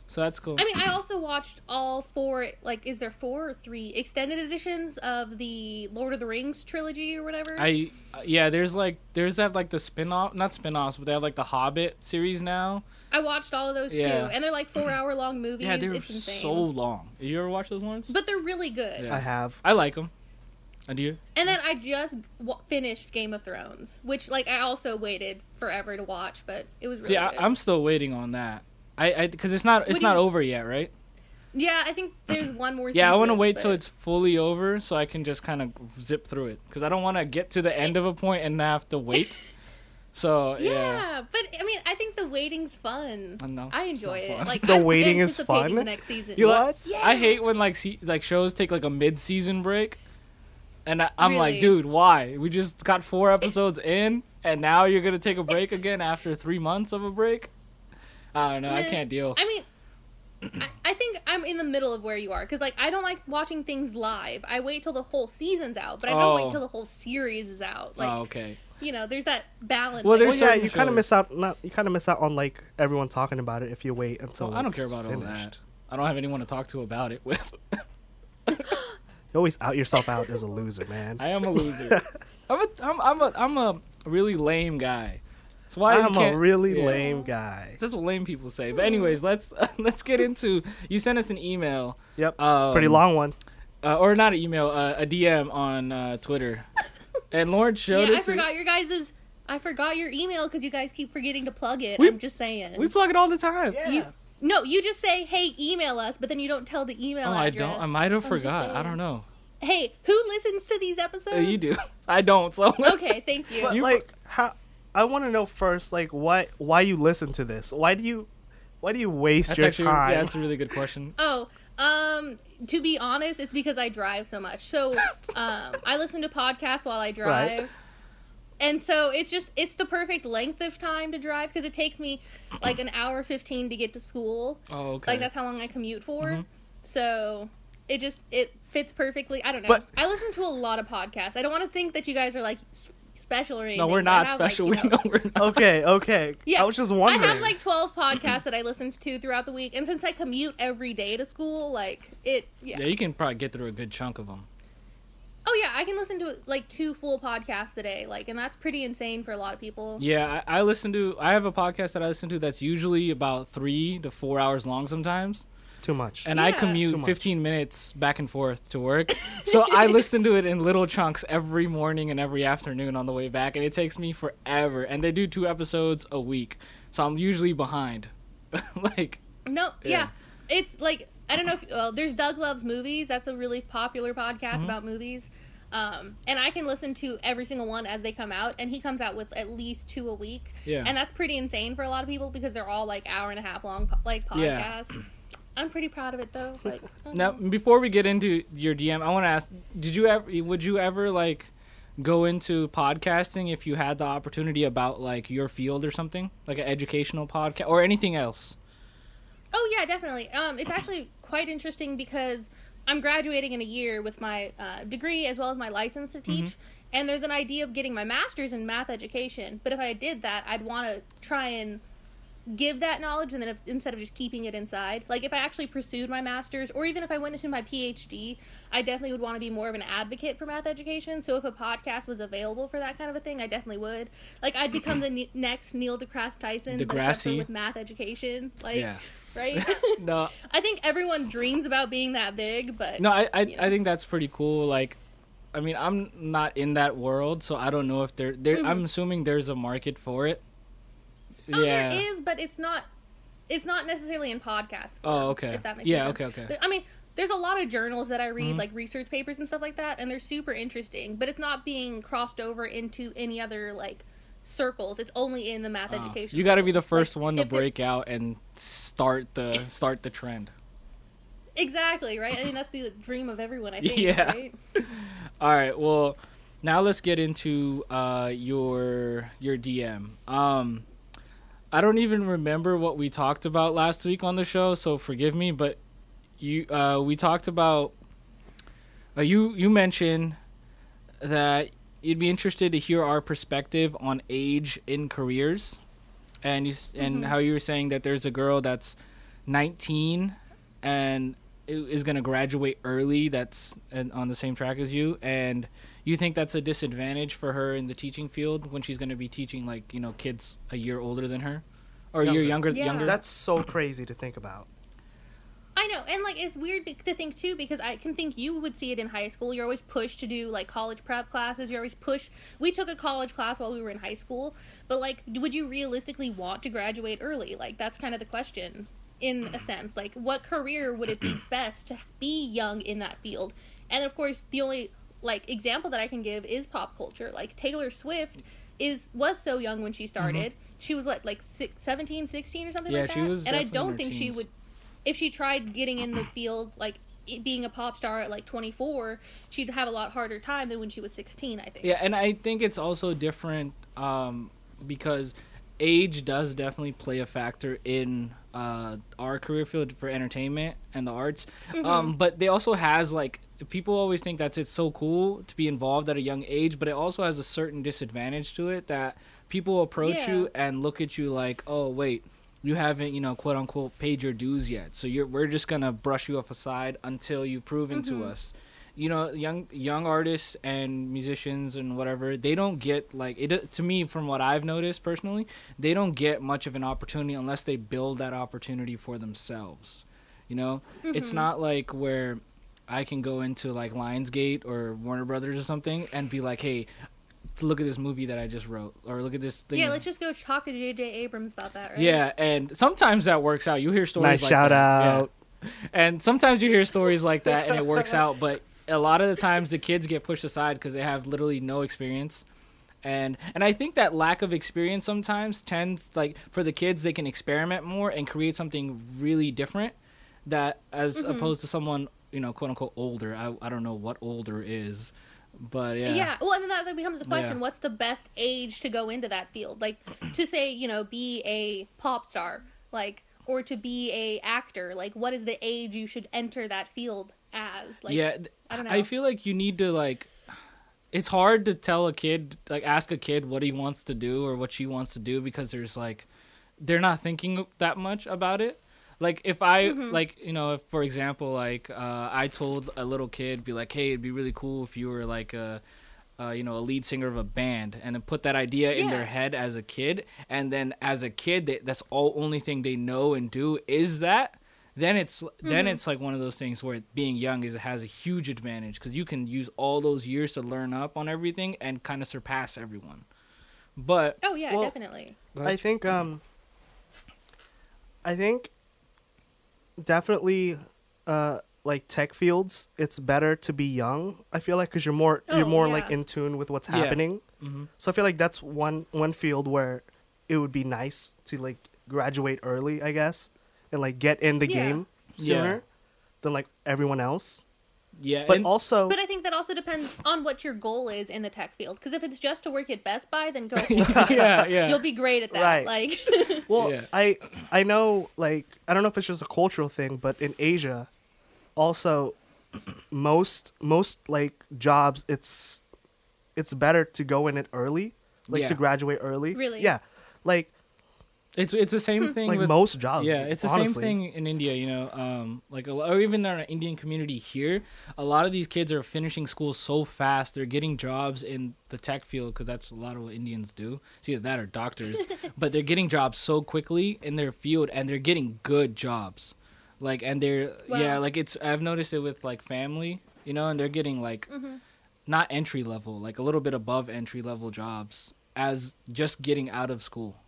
Speaker 1: so that's cool.
Speaker 2: I mean, I also watched all four, like, is there four or three extended editions of the Lord of the Rings trilogy or whatever?
Speaker 1: I uh, yeah, there's like there's that like the spin off not spin offs, but they have like the Hobbit series now.
Speaker 2: I watched all of those
Speaker 1: Yeah.
Speaker 2: too, and they're like four hour long movies.
Speaker 1: (clears throat) Yeah, they're
Speaker 2: it's insane.
Speaker 1: so long. You ever watch those ones?
Speaker 2: But they're really good.
Speaker 1: Yeah.
Speaker 3: I have
Speaker 1: I like them. I do.
Speaker 2: And then I just w- finished Game of Thrones, which like I also waited forever to watch, but it was really
Speaker 1: Yeah,
Speaker 2: good.
Speaker 1: I, I'm still waiting on that. I I because it's not it's
Speaker 2: do
Speaker 1: not
Speaker 2: you-
Speaker 1: over yet, right?
Speaker 2: yeah, I think
Speaker 1: (clears throat)
Speaker 2: there's one more.
Speaker 1: Yeah, I want to
Speaker 2: season,
Speaker 1: wait till
Speaker 2: but-
Speaker 1: it's fully over so I can just kind of zip through it because I don't want to get to the end of a point and have
Speaker 2: (laughs)
Speaker 1: to wait. so
Speaker 2: Yeah,
Speaker 1: yeah.
Speaker 2: but I mean, I think the waiting's fun.
Speaker 1: I know,
Speaker 2: I
Speaker 1: it's
Speaker 2: enjoy
Speaker 1: not
Speaker 2: it.
Speaker 1: fun.
Speaker 2: Like
Speaker 3: The
Speaker 2: I'm
Speaker 3: waiting is
Speaker 2: anticipating
Speaker 3: fun?
Speaker 2: The next season.
Speaker 1: You like-
Speaker 3: What?
Speaker 1: I hate when like se- like shows take like a mid season break, and I- I'm like,
Speaker 2: Really?
Speaker 1: dude, why? We just got four episodes in, and now you're gonna take a break again after three months of a break. I don't know. I
Speaker 2: Meh.
Speaker 1: can't deal.
Speaker 2: I mean, I, I think I'm in the middle of where you are because, like, I don't like watching things live. I wait till the whole season's out, but I don't
Speaker 1: Oh.
Speaker 2: wait till the whole series is out. Like,
Speaker 1: oh, okay.
Speaker 2: you know, there's that balance.
Speaker 1: Well,
Speaker 2: Like,
Speaker 1: there's
Speaker 3: Well, yeah,
Speaker 1: certain
Speaker 3: you kind of
Speaker 1: shows.
Speaker 3: miss out. Not you kind of miss out on like everyone talking about it if you wait until
Speaker 1: Well, I don't
Speaker 3: it's
Speaker 1: care about
Speaker 3: finished.
Speaker 1: all that. I don't have anyone to talk to about it with. (laughs)
Speaker 3: You always out yourself out as a loser, man.
Speaker 1: (laughs) I am a loser.
Speaker 3: (laughs)
Speaker 1: I'm a I'm, I'm a I'm a really lame guy. That's why you
Speaker 3: I'm a
Speaker 1: can't-
Speaker 3: really
Speaker 1: yeah.
Speaker 3: lame guy.
Speaker 1: That's what lame people say. But anyways, let's (laughs) let's get into. You sent us an email,
Speaker 3: Yep,
Speaker 1: Um,
Speaker 3: pretty long one.
Speaker 1: uh, or not an email, uh, a DM on uh, Twitter, and
Speaker 2: (laughs)
Speaker 1: Lauren showed
Speaker 2: yeah,
Speaker 1: it.
Speaker 2: I
Speaker 1: to me.
Speaker 2: forgot your guys's. I forgot your email because you guys keep forgetting to plug it.
Speaker 1: We-
Speaker 2: I'm just saying.
Speaker 1: We plug it all the time.
Speaker 2: You- no, you just say, "Hey, email us," but then you don't tell the email
Speaker 1: Oh, I
Speaker 2: address.
Speaker 1: don't. I might
Speaker 2: I'm
Speaker 1: have
Speaker 2: just
Speaker 1: forgot. I
Speaker 2: saying.
Speaker 1: don't know.
Speaker 2: Hey, who listens to these episodes?
Speaker 1: Uh, you do. (laughs) I don't. So
Speaker 2: Okay, thank
Speaker 3: (laughs)
Speaker 2: you.
Speaker 3: But
Speaker 1: You-
Speaker 3: like, how? I want to know first, like, why why you listen to this? Why do you why do you waste
Speaker 1: that's
Speaker 3: your
Speaker 1: actually
Speaker 3: time?
Speaker 1: yeah, that's a really good question.
Speaker 2: Oh, um, to be honest, it's because I drive so much.
Speaker 1: (laughs)
Speaker 2: So, um, I listen to podcasts while I drive.
Speaker 3: Right.
Speaker 2: And so it's just it's the perfect length of time to drive because it takes me like an hour 15 to get to school.
Speaker 1: Oh, okay. Mm-hmm.
Speaker 2: Like that's how long I commute for. So, it just it fits perfectly. I don't know.
Speaker 3: But-
Speaker 2: I listen to a lot of podcasts. I don't want to think that you guys are like s- special or anything.
Speaker 1: no, we're
Speaker 2: but I
Speaker 1: not
Speaker 2: have, like,
Speaker 1: special.
Speaker 2: you
Speaker 1: we know we're
Speaker 3: (laughs)
Speaker 1: not.
Speaker 3: okay, okay.
Speaker 2: Yeah.
Speaker 3: I was just wondering.
Speaker 2: I have like 12 podcasts that I listen to throughout the week. And since I commute every day to school, like it, yeah.
Speaker 1: Yeah, you can probably get through a good chunk of them.
Speaker 2: Oh, yeah. I can listen to like two full podcasts a day. Like, and that's pretty insane for a lot of people.
Speaker 1: Yeah, I, I listen to. I have a podcast that I listen to that's usually about three to four hours long sometimes,
Speaker 3: it's too much.
Speaker 1: and
Speaker 2: Yeah.
Speaker 1: I
Speaker 2: It's
Speaker 3: too
Speaker 1: commute
Speaker 3: much.
Speaker 1: 15 minutes back and forth to work. so I listen to it in little chunks every morning and every afternoon on the way back, and it takes me forever. And they do two episodes a week, so I'm usually behind. (laughs) like,
Speaker 2: No,
Speaker 1: Yeah.
Speaker 2: yeah. It's like, I don't know if, well, there's Doug Loves Movies. That's a really popular podcast about movies. Um, and I can listen to every single one as they come out. And he comes out with at least two a week.
Speaker 1: Yeah.
Speaker 2: And that's pretty insane for a lot of people because they're all like hour and a half long, po- like
Speaker 1: Yeah.
Speaker 2: podcasts. I'm pretty proud of it though. Like, I
Speaker 1: Now, before we get into your DM, I want to ask: Did you ever? Would you ever like go into podcasting if you had the opportunity about like your field or something, like an educational podcast or anything else?
Speaker 2: Oh yeah, definitely. Um, it's actually quite interesting because I'm graduating in a year with my uh, degree as well as my license to teach,
Speaker 1: Mm-hmm.
Speaker 2: and there's an idea of getting my master's in math education. But if I did that, I'd want to try and give that knowledge, and then if, instead of just keeping it inside, like if I actually pursued my master's, or even if I went into my PhD, I definitely would want to be more of an advocate for math education. So if a podcast was available for that kind of a thing, I definitely would. Like I'd become the ne- next Neil deGrasse Tyson, but except for
Speaker 1: Degrassi.
Speaker 2: with math education. Like
Speaker 1: Yeah. (laughs)
Speaker 2: right?
Speaker 1: No,
Speaker 2: I think everyone dreams about being that big, but
Speaker 1: no, I, I,
Speaker 2: Yeah.
Speaker 1: I think that's pretty cool. Like, I mean, I'm not in that world, so I don't know if there, there. I'm assuming there's a market for it.
Speaker 2: Mm-hmm. oh, there is, but it's not. It's not necessarily in podcasts.
Speaker 1: Oh, okay.
Speaker 2: If that makes any
Speaker 1: Yeah,
Speaker 2: sense.
Speaker 1: okay, Mm-hmm. okay.
Speaker 2: But, I mean, there's a lot of journals that I read, like research papers and stuff like that, and they're super interesting. But it's not being crossed over into any other like circles. It's only in the math
Speaker 1: Uh,
Speaker 2: education.
Speaker 1: you got to be
Speaker 2: circle.
Speaker 1: the first
Speaker 2: Like,
Speaker 1: one to
Speaker 2: if it-
Speaker 1: break out and start the start the trend.
Speaker 2: Exactly right. I mean, that's the dream of
Speaker 1: (laughs)
Speaker 2: everyone. I think.
Speaker 1: Yeah.
Speaker 2: Right?
Speaker 1: All right. Well, now let's get into uh, your your DM. Um, I don't even remember what we talked about last week on the show, so forgive me. But you, uh, we talked about uh, you. You mentioned that you'd be interested to hear our perspective on age in careers, and you s and how you were saying that there's a girl that's 19 and i- is going to graduate early that's and on the same track as you and you think that's a disadvantage for her in the teaching field when she's going to be teaching like you know kids a year older than her or a year
Speaker 3: Younger.
Speaker 1: younger
Speaker 2: Yeah.
Speaker 1: younger
Speaker 3: That's so crazy to think about.
Speaker 2: I know, and like it's weird be- to think too because I can think you would see it in high school. You're always pushed to do like college prep classes. You're always pushed. We took a college class while we were in high school, but like, d- would you realistically want to graduate early? Like, that's kind of the question in
Speaker 1: (clears throat)
Speaker 2: a sense. Like, what career would it be best to be young in that field? And of course, the only like example that I can give is pop culture. Like Taylor Swift is was so young when she started. She was what like six, 17, 16 or something
Speaker 1: Mm-hmm. Yeah,
Speaker 2: like that.
Speaker 1: she was
Speaker 2: and I
Speaker 1: definitely in
Speaker 2: don't
Speaker 1: her
Speaker 2: think she
Speaker 1: teens.
Speaker 2: would if she tried getting in the field like it being a pop star at like 24 she'd have a lot harder time than when she was 16 i think
Speaker 1: Yeah, and I think it's also different um, because age does definitely play a factor in uh, our career field for entertainment and the arts. Um, but they also has like people always think that it's so cool to be involved at a young age, but it also has a certain disadvantage to it that people approach
Speaker 2: Yeah.
Speaker 1: you and look at you like, oh wait. You haven't, you know, quote unquote, paid your dues yet. So you're, we're just gonna brush you off aside until you prove into us you know young young artists and musicians and whatever they don't get like it do- to me from what i've noticed personally they don't get much of an opportunity unless they build that opportunity for themselves you know it's not like where i can go into like lionsgate or warner brothers or something and be like hey look at this movie that i just wrote or look at this thing
Speaker 2: yeah let's just go talk to jj abrams about that right
Speaker 1: yeah, and sometimes that works out. You hear
Speaker 3: Nice
Speaker 1: stories like
Speaker 3: shout
Speaker 1: that. Yeah.
Speaker 3: out.
Speaker 2: (laughs)
Speaker 1: And sometimes you hear stories like that and it works out, but a lot of the times the kids get pushed aside because they have literally no experience and and I think that lack of experience sometimes tends like for the kids they can experiment more and create something really different that as
Speaker 2: Mm-hmm.
Speaker 1: opposed to someone you know quote unquote older I, I don't know what older is but yeah
Speaker 2: Yeah. Well, and then that becomes the question:
Speaker 1: Yeah.
Speaker 2: What's the best age to go into that field? Like to say, you know, be a pop star, like, or to be a actor. Like, what is the age you should enter that field as? Like,
Speaker 1: yeah th-
Speaker 2: I don't
Speaker 1: I
Speaker 2: know.
Speaker 1: feel like you need to like it's hard to tell a kid like ask a kid what he wants to do or what she wants to do because there's like they're not thinking that much about it like if i
Speaker 2: Mm-hmm.
Speaker 1: like you know if for example like uh, i told a little kid be like hey it'd be really cool if you were like a uh, you know a lead singer of a band and then put that idea in their
Speaker 2: Yeah.
Speaker 1: head as a kid and then as a kid they, that's all only thing they know and do is that then it's then
Speaker 2: Mm-hmm.
Speaker 1: it's like one of those things where being young is has a huge advantage because you can use all those years to learn up on everything and kind of surpass everyone but
Speaker 2: Oh yeah,
Speaker 3: Well-
Speaker 2: definitely.
Speaker 3: I think um I think definitely uh like tech fields it's better to be young I feel like cuz you're more you're
Speaker 2: Oh,
Speaker 3: more like
Speaker 2: yeah.
Speaker 3: in tune with what's
Speaker 1: Yeah.
Speaker 3: happening
Speaker 1: Mhm.
Speaker 3: so I feel like that's one one field where it would be nice to like graduate early I guess and like get in the
Speaker 2: Yeah.
Speaker 3: game
Speaker 1: Yeah.
Speaker 3: sooner than like everyone else
Speaker 1: yeah
Speaker 3: but
Speaker 1: and-
Speaker 3: also
Speaker 2: But I think that also depends on what your goal is in the tech field. Because if it's just to work at Best Buy, then
Speaker 1: (laughs)
Speaker 2: go. For it.
Speaker 1: (laughs) yeah yeah
Speaker 2: You'll be great at that.
Speaker 3: Right.
Speaker 2: Like, (laughs)
Speaker 3: Well,
Speaker 1: Yeah.
Speaker 3: I I know like I don't know if it's just a cultural thing, but in Asia, also most most like jobs it's it's better to go in it early, like to
Speaker 1: Yeah.
Speaker 3: graduate early.
Speaker 2: Really?
Speaker 3: Yeah, like
Speaker 1: it's it's the same thing
Speaker 3: like
Speaker 1: with
Speaker 3: most jobs.
Speaker 1: yeah it's the same
Speaker 3: honestly.
Speaker 1: thing in india you know um like a, lo- or even in our indian community here a lot of these kids are finishing school so fast they're getting jobs in the tech field because that's a lot of what indians do it's either that or doctors but they're getting jobs so quickly in their field and they're getting good jobs like and they're yeah
Speaker 2: Wow.
Speaker 1: like it's i've noticed it with like family you know and they're getting like not entry level like a little bit above entry level jobs as just getting out of school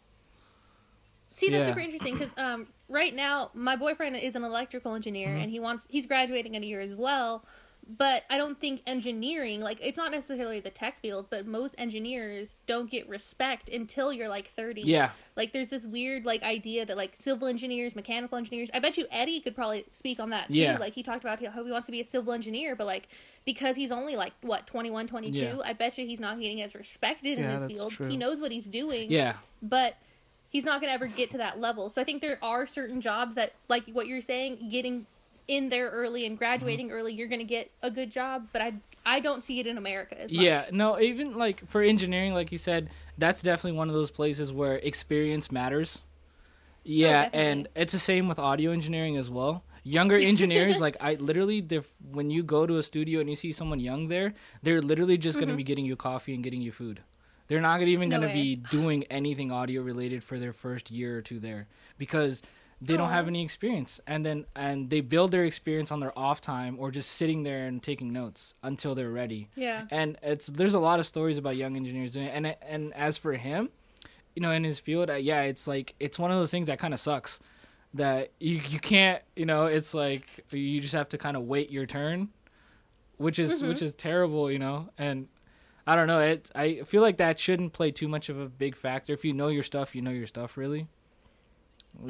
Speaker 2: See, that's
Speaker 1: Yeah.
Speaker 2: super interesting because um, right now my boyfriend is an electrical engineer
Speaker 1: Mm-hmm.
Speaker 2: and he wants he's graduating in a year as well. But I don't think engineering, like it's not necessarily the tech field, but most engineers don't get respect until you're like thirty.
Speaker 1: yeah
Speaker 2: Like there's this weird like idea that like civil engineers, mechanical engineers. I bet you Eddie could probably speak on that too.
Speaker 1: Yeah.
Speaker 2: Like he talked about how he wants to be a civil engineer, but like because he's only like what 21, 22,
Speaker 1: Yeah.
Speaker 2: I bet you he's not getting as respected
Speaker 3: Yeah,
Speaker 2: in his
Speaker 3: that's
Speaker 2: field.
Speaker 3: true.
Speaker 2: He knows what he's doing
Speaker 1: yeah
Speaker 2: but he's not going to ever get to that level. So I think there are certain jobs that, like what you're saying, getting in there early and graduating
Speaker 1: Mm-hmm.
Speaker 2: early, you're going to get a good job. But I, I don't see it in America as much.
Speaker 1: Yeah, no, even like for engineering, like you said, that's definitely one of those places where experience matters.
Speaker 2: Oh,
Speaker 1: Yeah, and it's the same with audio engineering as well.
Speaker 2: (laughs)
Speaker 1: Younger engineers, like I literally, they're- when you go to a studio and you see someone young there, they're literally just gonna be getting you coffee and getting you food. They're not gonna- even
Speaker 2: Mm-hmm. No
Speaker 1: gonna
Speaker 2: way.
Speaker 1: be doing anything audio related for their first year or two there because they don't have
Speaker 2: Aw.
Speaker 1: any experience and then and they build their experience on their off time or just sitting there and taking notes until they're ready
Speaker 2: Yeah.
Speaker 1: and it's there's a lot of stories about young engineers doing it. and and as for him you know in his field uh, yeah it's like it's one of those things that kind of sucks that you, you can't you know it's like you just have to kind of wait your turn which is which
Speaker 2: Mm-hmm.
Speaker 1: is terrible you know and i don't know it i feel like that shouldn't play too much of a big factor if you know your stuff you know your stuff really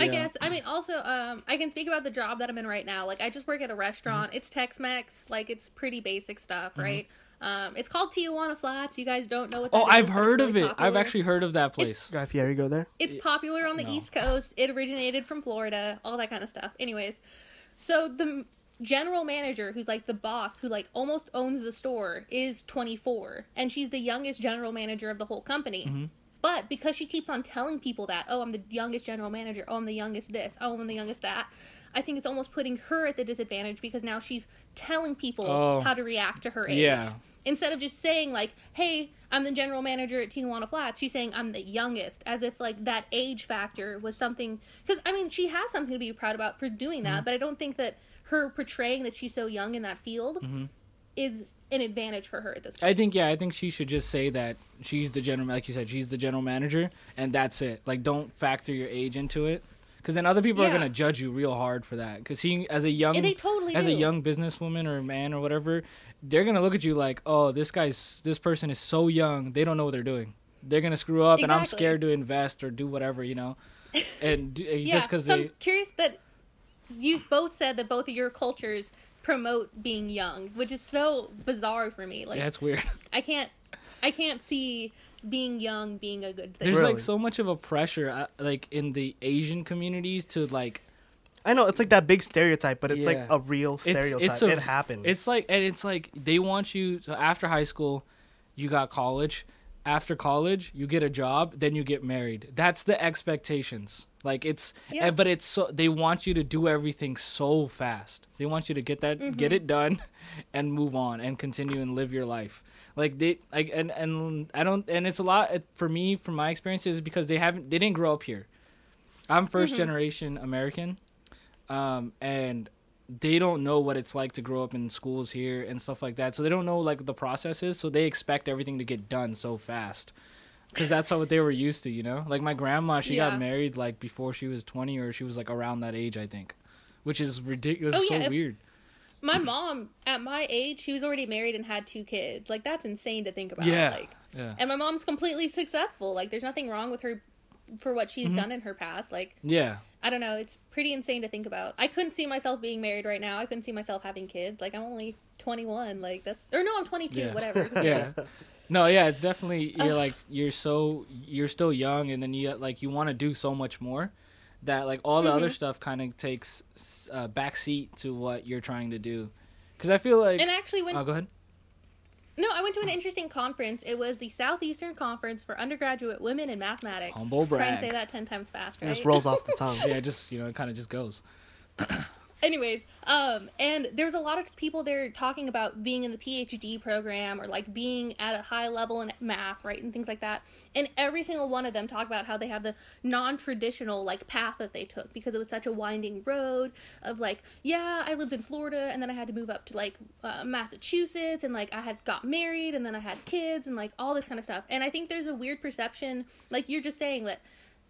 Speaker 2: I
Speaker 1: Yeah.
Speaker 2: guess. I mean, also, um, I can speak about the job that I'm in right now. Like, I just work at a restaurant.
Speaker 1: Mm-hmm.
Speaker 2: It's Tex-Mex. Like, it's pretty basic stuff, right? Um, it's called Tijuana Flats. You guys don't know what. that
Speaker 1: oh
Speaker 2: is,
Speaker 1: i've
Speaker 2: but it's
Speaker 1: heard
Speaker 2: really
Speaker 1: of it i've
Speaker 2: popular.
Speaker 1: actually heard of that place
Speaker 3: Guy Fieri go there.
Speaker 2: It's popular on the
Speaker 1: no.
Speaker 2: East Coast. It originated from Florida, all that kind of stuff. Anyways, so the m- general manager, who's like the boss, who like almost owns the store, is 24, and she's the youngest general manager of the whole company.
Speaker 1: Mm-hmm.
Speaker 2: But because she keeps on telling people that, oh, I'm the youngest general manager, oh, I'm the youngest this, oh, I'm the youngest that, I think it's almost putting her at the disadvantage because now she's telling people
Speaker 1: Oh.
Speaker 2: how to react to her age.
Speaker 1: Yeah.
Speaker 2: Instead of just saying like, "Hey, I'm the general manager at Tijuana Flats," she's saying I'm the youngest, as if like that age factor was something. Because I mean, she has something to be proud about for doing that,
Speaker 1: Mm-hmm.
Speaker 2: but I don't think that her portraying that she's so young in that field
Speaker 1: Mm-hmm.
Speaker 2: is an advantage for her at this point.
Speaker 1: I think yeah, I think she should just say that she's the general, like you said, she's the general manager, and that's it. Like, don't factor your age into it, because then other people are
Speaker 2: Yeah.
Speaker 1: gonna judge you real hard for that. Because he, as a young,
Speaker 2: Yeah, they totally
Speaker 1: as a
Speaker 2: do.
Speaker 1: young businesswoman or man or whatever, they're gonna look at you like, oh, this guy's, this person is so young, they don't know what they're doing. They're gonna screw up, and I'm
Speaker 2: Exactly.
Speaker 1: scared to invest or do whatever, you know. And d- eh,
Speaker 2: Yeah,
Speaker 1: just because
Speaker 2: so
Speaker 1: they,
Speaker 2: I'm curious that you've both said that both of your cultures promote being young, which is so bizarre for me. Like
Speaker 1: yeah, it's weird. (laughs)
Speaker 2: I can't, I can't see being young being a good thing.
Speaker 1: There's
Speaker 3: Really?
Speaker 1: like so much of a pressure, uh, like in the Asian communities, to like
Speaker 3: I know it's like that big stereotype, but it's
Speaker 1: Yeah.
Speaker 3: like a real stereotype.
Speaker 1: a-
Speaker 3: it happens.
Speaker 1: It's like and it's like they want you so after high school, you got college. After college, you get a job, then you get married. That's the expectations. Like it's
Speaker 2: Yeah.
Speaker 1: eh, but it's so they want you to do everything so fast. They want you to get that get it done (laughs) and move on and continue and live your life. Like they like and and I don't and it's a lot eh, for me from my experiences because they haven't they didn't grow up here. I'm 1st generation American, um, and they don't know what it's like to grow up in schools here and stuff like that. So they don't know like the processes. So they expect everything to get done so fast, because that's how what they were used to. You know, like my grandma, she
Speaker 2: Yeah.
Speaker 1: got married like before she was 20 or she was like around that age, I think, which is ridiculous.
Speaker 2: Oh,
Speaker 1: so
Speaker 2: yeah, if-
Speaker 1: weird.
Speaker 2: my mom, at my age, she was already married and had two kids. Like that's insane to think about.
Speaker 1: Yeah.
Speaker 2: Like,
Speaker 1: yeah.
Speaker 2: and my mom's completely successful. Like there's nothing wrong with her for what she's
Speaker 1: Mm-hmm.
Speaker 2: done in her past. Like
Speaker 1: Yeah.
Speaker 2: I don't know. It's pretty insane to think about. I couldn't see myself being married right now. I couldn't see myself having kids. Like I'm only 21. Like that's or no, I'm 22.
Speaker 1: Yeah.
Speaker 2: Whatever.
Speaker 1: (laughs) yeah no yeah it's definitely you're like you're so you're still young and then you like you want to do so much more that like all the other stuff kind of takes s- uh, backseat to what you're trying to do because i feel like
Speaker 2: And actually, when
Speaker 1: oh go ahead
Speaker 2: no, I went to an interesting conference. It was the Southeastern Conference for Undergraduate Women in Mathematics.
Speaker 1: Humble
Speaker 2: Try and
Speaker 1: brag.
Speaker 2: say that 10 times fast.
Speaker 3: it
Speaker 2: Right?
Speaker 3: just rolls off the tongue.
Speaker 1: yeah it just you know it kind of just goes
Speaker 2: anyways um and there's a lot of people there talking about being in the phd program or like being at a high level in math right and things like that and every single one of them talk about how they have the non-traditional like path that they took because it was such a winding road of like yeah i lived in florida and then i had to move up to like uh, massachusetts and like i had got married and then i had kids and like all this kind of stuff and i think there's a weird perception like you're just saying that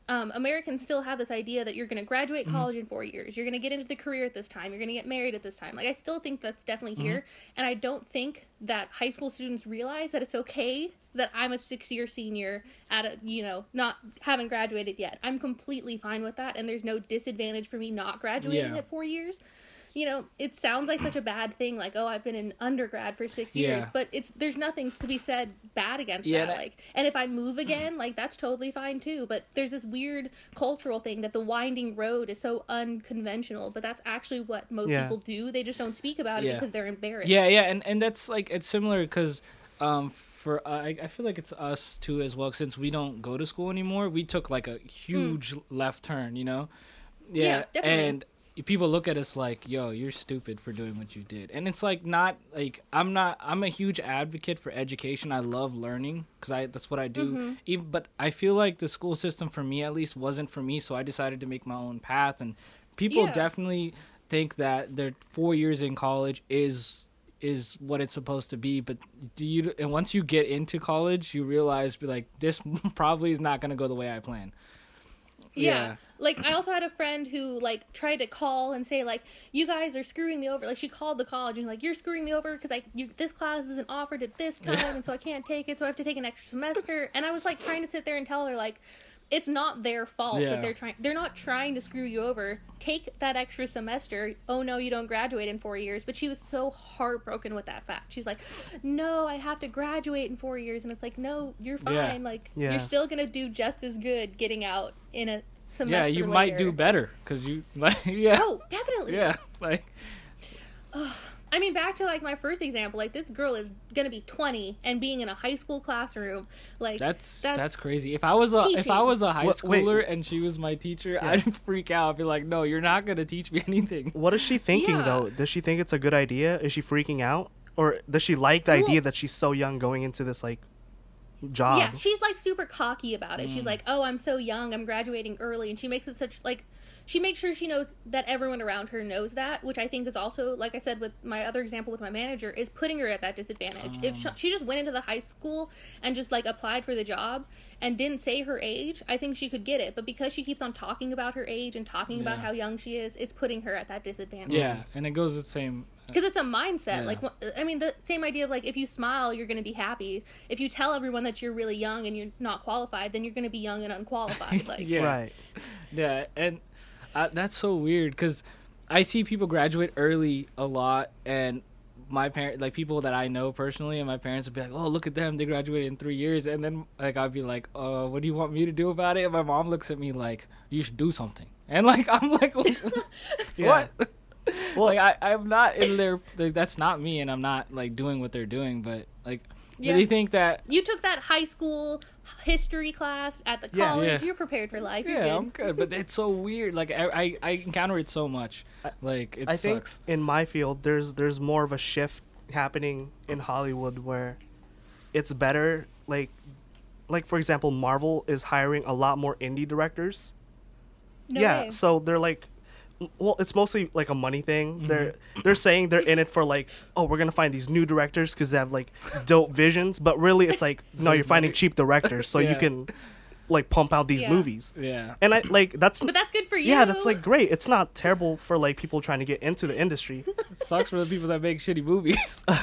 Speaker 2: um, Americans still have this idea that you're going to graduate
Speaker 1: Mm-hmm.
Speaker 2: college in four years, you're going to get into the career at this time, you're going to get married at this time. Like, I still think that's definitely here.
Speaker 1: Mm-hmm.
Speaker 2: And I don't think that high school students realize that it's okay that I'm a six year senior at a, you know, not haven't graduated yet. I'm completely fine with that. And there's no disadvantage for me not graduating
Speaker 1: Yeah.
Speaker 2: at four years. You know, it sounds like such a bad thing, like, oh, I've been an undergrad for six years,
Speaker 1: Yeah.
Speaker 2: but it's there's nothing to be said bad against that.
Speaker 1: Yeah, that-
Speaker 2: Like, and if I move again, like that's totally fine too. But there's this weird cultural thing that the winding road is so unconventional, but that's actually what most
Speaker 3: Yeah.
Speaker 2: people do. They just don't speak about it
Speaker 1: Yeah.
Speaker 2: because they're embarrassed.
Speaker 1: Yeah, yeah, and and that's like it's similar because um, for I I feel like it's us too as well since we don't go to school anymore. We took like a huge left turn, you know. Mm. Yeah,
Speaker 2: definitely.
Speaker 1: and people look at us like, "Yo, you're stupid for doing what you did," and it's like not like I'm not I'm a huge advocate for education. I love learning because I that's what I do.
Speaker 2: Mm-hmm.
Speaker 1: Even but I feel like the school system for me at least wasn't for me, so I decided to make my own path and. People
Speaker 2: Yeah.
Speaker 1: definitely think that their four years in college is is what it's supposed to be but do you and once you get into college you realize be like this (laughs) probably is not going to go the way i plan
Speaker 2: yeah.
Speaker 1: Yeah.
Speaker 2: Like I also had a friend who like tried to call and say like you guys are screwing me over. Like she called the college and like you're screwing me over because like you this class isn't offered at this time and so I can't take it so I have to take an extra semester. And I was like trying to sit there and tell her like it's not their fault
Speaker 1: Yeah.
Speaker 2: that they're trying they're not trying to screw you over. Take that extra semester. Oh no, you don't graduate in 4 years. But she was so heartbroken with that fact. She's like, "No, I have to graduate in 4 years." And it's like, "No, you're fine.
Speaker 1: Yeah.
Speaker 2: Like
Speaker 3: Yeah.
Speaker 2: you're still going to do just as good getting out in a semester
Speaker 1: yeah you might
Speaker 2: later.
Speaker 1: do better because you (laughs) like yeah
Speaker 2: Oh, definitely.
Speaker 1: yeah (laughs) like
Speaker 2: I mean, back to like my first example, like this girl is gonna be 20 and being in a high school classroom, like
Speaker 1: that's that's, crazy if i was a if i
Speaker 2: teaching.
Speaker 1: was a high
Speaker 3: What- wait.
Speaker 1: schooler and she was my teacher i'd (laughs) freak out I'd be like no you're not going to teach me (laughs) anything
Speaker 3: What is she thinking
Speaker 2: Yeah.
Speaker 3: though? Does she think it's a good idea? Is she freaking out, or does she like the
Speaker 2: Well-
Speaker 3: idea that she's so young going into this like job?
Speaker 2: Yeah, she's like super cocky about it.
Speaker 1: Mm.
Speaker 2: She's like, "Oh, I'm so young. I'm graduating early." And she makes it such like she makes sure she knows that everyone around her knows that, which I think is also like I said with my other example with my manager is
Speaker 1: Mm.
Speaker 2: putting her at that disadvantage. If she, she just went into the high school and just like applied for the job and didn't say her age, I think she could get it. But because she keeps on talking about her age and talking about
Speaker 1: Yeah.
Speaker 2: how young she is, it's putting her at that disadvantage.
Speaker 1: Yeah, and it goes the same.
Speaker 2: Because it's a mindset.
Speaker 1: Yeah.
Speaker 2: Like, wh- I mean, the same idea of like, if you smile, you're going to be happy. If you tell everyone that you're really young and you're not qualified, then you're going to be young and
Speaker 3: (laughs)
Speaker 2: unqualified. Like,
Speaker 1: Yeah.
Speaker 3: Right.
Speaker 1: Yeah, and uh, that's so weird because I see people graduate early a lot, and my parent, like people that I know personally, and my parents would be like, "Oh, look at them! They graduated in three years." And then like I'd be like, "Uh, what do you want me to do about it?" And my mom looks at me like, "You should do something." And like (laughs) I'm
Speaker 2: (laughs)
Speaker 1: like,
Speaker 3: Yeah.
Speaker 1: "What?"
Speaker 3: (laughs)
Speaker 1: like I, I'm not in their. Like, that's not me, and I'm not like doing what they're doing. But like,
Speaker 2: Yeah.
Speaker 1: they think that
Speaker 2: you took that high school history class at the
Speaker 3: Yeah.
Speaker 2: college.
Speaker 1: Yeah.
Speaker 2: You're prepared for life. You're
Speaker 1: yeah,
Speaker 2: good.
Speaker 1: I'm
Speaker 3: (laughs)
Speaker 1: good. But it's so weird. Like I, I, I encounter it so much. Like it
Speaker 3: I think
Speaker 1: sucks.
Speaker 3: in my field, there's there's more of a shift happening in Hollywood where it's better. Like, like for example, Marvel is hiring a lot more indie directors.
Speaker 2: No
Speaker 3: yeah,
Speaker 2: way.
Speaker 3: so they're like, well, it's mostly like a money thing. They're they're saying they're in it for like, oh, we're gonna find these new directors because they have like dope visions, but really it's like, no, you're finding cheap directors so
Speaker 1: Yeah.
Speaker 3: you can like pump out these
Speaker 2: Yeah.
Speaker 3: movies. (laughs)
Speaker 1: yeah.
Speaker 3: And I like that's
Speaker 2: but that's good for you.
Speaker 3: yeah, that's like great. It's not terrible for like people trying to get into the
Speaker 2: (laughs)
Speaker 3: industry.
Speaker 1: It sucks for the people that make shitty
Speaker 3: (laughs)
Speaker 1: movies.
Speaker 3: Uh,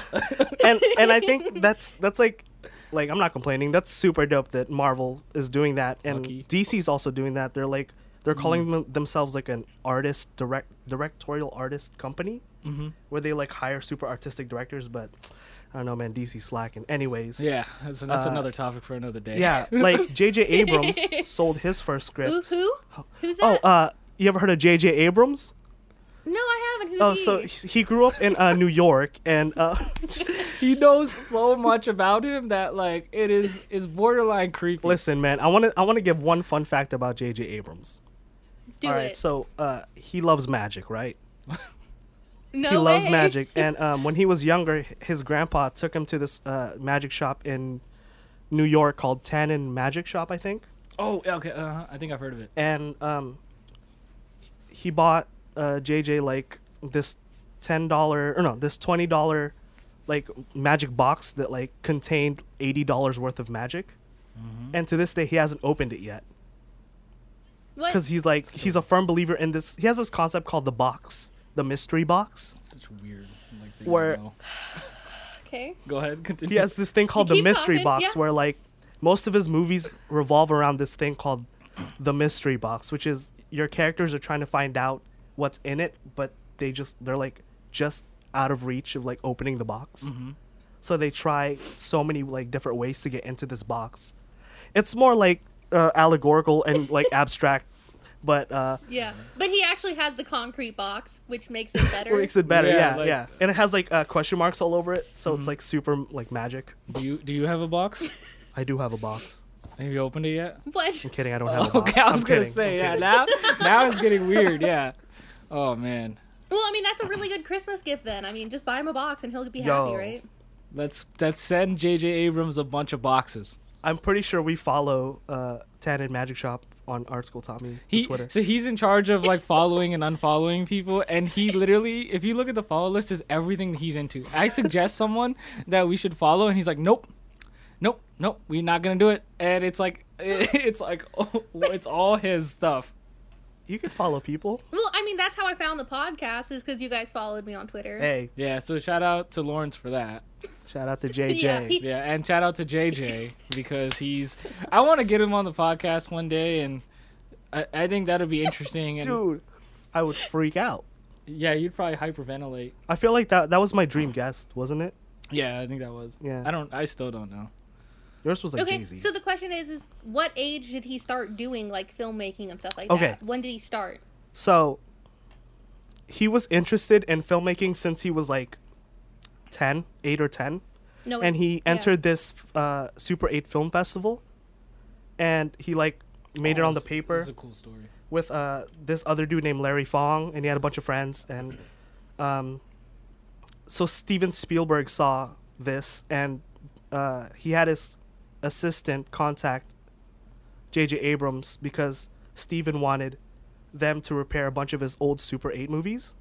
Speaker 3: and and I
Speaker 2: (laughs)
Speaker 3: think that's that's like like I'm not complaining. That's super dope that Marvel is doing that and
Speaker 1: Lucky. Mm-hmm.
Speaker 3: DC's also doing that. They're like they're calling them, themselves like an artist direct directorial artist company
Speaker 1: mm-hmm.
Speaker 3: where they like hire super artistic directors, but I don't know, man, DC's slacking. Anyways.
Speaker 1: Yeah, so that's
Speaker 3: Uh,
Speaker 1: another topic for another day. (laughs)
Speaker 3: Yeah, like JJ Abrams sold his first
Speaker 2: Ooh,
Speaker 3: script.
Speaker 2: who? Who's
Speaker 3: Oh,
Speaker 2: that?
Speaker 3: uh you ever heard of JJ Abrams?
Speaker 2: no, I haven't. Who's
Speaker 3: Oh, so
Speaker 2: he?
Speaker 3: he he grew up in uh, New York and uh (laughs)
Speaker 2: (laughs)
Speaker 1: he knows so much about him that like it is is borderline creepy.
Speaker 3: Listen, man, I want to I want to give one fun fact about J.J. Abrams.
Speaker 2: Do
Speaker 3: All
Speaker 2: it.
Speaker 3: right, so uh, he loves magic, right?
Speaker 2: no
Speaker 3: he loves
Speaker 2: way. (laughs)
Speaker 3: magic, and um, when he was younger, h- his grandpa took him to this uh, magic shop in New York called Tannen Magic Shop, I think,
Speaker 1: Oh, yeah, okay. Uh-huh. I think I've heard of it.
Speaker 3: and um, he bought uh, J.J. like this ten dollar or no, this twenty dollar like magic box that like contained eighty dollars worth of magic, and to this day he hasn't opened it yet.
Speaker 2: What?
Speaker 3: because he's like he's a firm believer in this. He has this concept called the box, the mystery box.
Speaker 1: Such weird. Like, thing to
Speaker 3: Where-
Speaker 1: know.
Speaker 2: Okay.
Speaker 1: Go ahead, continue.
Speaker 3: He has this thing called the
Speaker 2: Keep
Speaker 3: mystery
Speaker 2: talking,
Speaker 3: box,
Speaker 2: yeah.
Speaker 3: where like most of his movies revolve around this thing called the mystery box, which is your characters are trying to find out what's in it, but they just they're like just out of reach of like opening the box.
Speaker 1: Mm-hmm.
Speaker 3: So they try so many like different ways to get into this box. It's more like uh, allegorical and
Speaker 2: (laughs)
Speaker 3: like abstract, but uh,
Speaker 2: Yeah. But he actually has the concrete box, which makes
Speaker 3: (laughs)
Speaker 2: it better.
Speaker 3: It makes it better,
Speaker 1: Yeah,
Speaker 3: yeah, yeah.
Speaker 1: like- Mm-hmm.
Speaker 3: And it has like uh, question marks all over it, so it's like super like magic.
Speaker 1: Do you do you have a box?
Speaker 3: I do have a box.
Speaker 1: Have you opened it yet?
Speaker 2: what?
Speaker 3: I'm kidding, I don't have a box.
Speaker 1: (laughs) Okay, I was
Speaker 3: I'm
Speaker 1: gonna
Speaker 3: kidding,
Speaker 1: say
Speaker 3: I'm
Speaker 1: yeah.
Speaker 3: kidding.
Speaker 1: Now
Speaker 3: (laughs)
Speaker 1: now it's getting weird. Yeah. Oh man.
Speaker 2: Well, I mean, that's a really good Christmas gift then. I mean, just buy him a box and he'll be happy,
Speaker 3: Yo.
Speaker 2: right?
Speaker 1: Let's let's send JJ Abrams a bunch of boxes.
Speaker 3: I'm pretty sure we follow uh, Tan and Magic Shop on Art School Tommy
Speaker 1: He
Speaker 3: on Twitter.
Speaker 1: so he's in charge of
Speaker 3: (laughs)
Speaker 1: like following and unfollowing people, and he literally, if you look at the follow list, is everything he's into. I suggest someone that we should follow, and he's like, nope, nope, nope, we're not gonna do it. And it's like, (laughs) it's like, (laughs) oh, it's all his stuff.
Speaker 3: You can follow people.
Speaker 2: Well, I mean, that's how I found the podcast is because you guys followed me on Twitter.
Speaker 3: Hey,
Speaker 1: Yeah. So shout out to Lawrence for that.
Speaker 3: shout
Speaker 1: (laughs)
Speaker 3: out to JJ.
Speaker 2: Yeah, he-
Speaker 1: Yeah, and shout out to JJ because he's. I want to get him on the podcast one day, and I, I think that'd be interesting. And
Speaker 3: Dude, I would freak out.
Speaker 1: yeah, you'd probably hyperventilate.
Speaker 3: I feel like that that was my dream guest, wasn't it?
Speaker 1: Yeah, I think that was.
Speaker 3: Yeah.
Speaker 1: I don't. I still don't know.
Speaker 3: Yours was like
Speaker 2: okay.
Speaker 3: Jay-Z.
Speaker 2: So the question is, is what age did he start doing like filmmaking and stuff like
Speaker 3: Okay.
Speaker 2: that? When did he start?
Speaker 3: So he was interested in filmmaking since he was like 10, 8 or 10.
Speaker 2: No.
Speaker 3: and
Speaker 2: it-
Speaker 3: he
Speaker 2: yeah.
Speaker 3: entered this uh, Super 8 Film Festival, and he like made it on the
Speaker 1: This- This
Speaker 3: paper
Speaker 1: is a cool story.
Speaker 3: with uh, this other dude named Larry Fong, and he had a bunch of friends, and um, so Steven Spielberg saw this, and uh, he had his assistant contact J.J. Abrams because Steven wanted them to repair a bunch of his old Super 8 movies.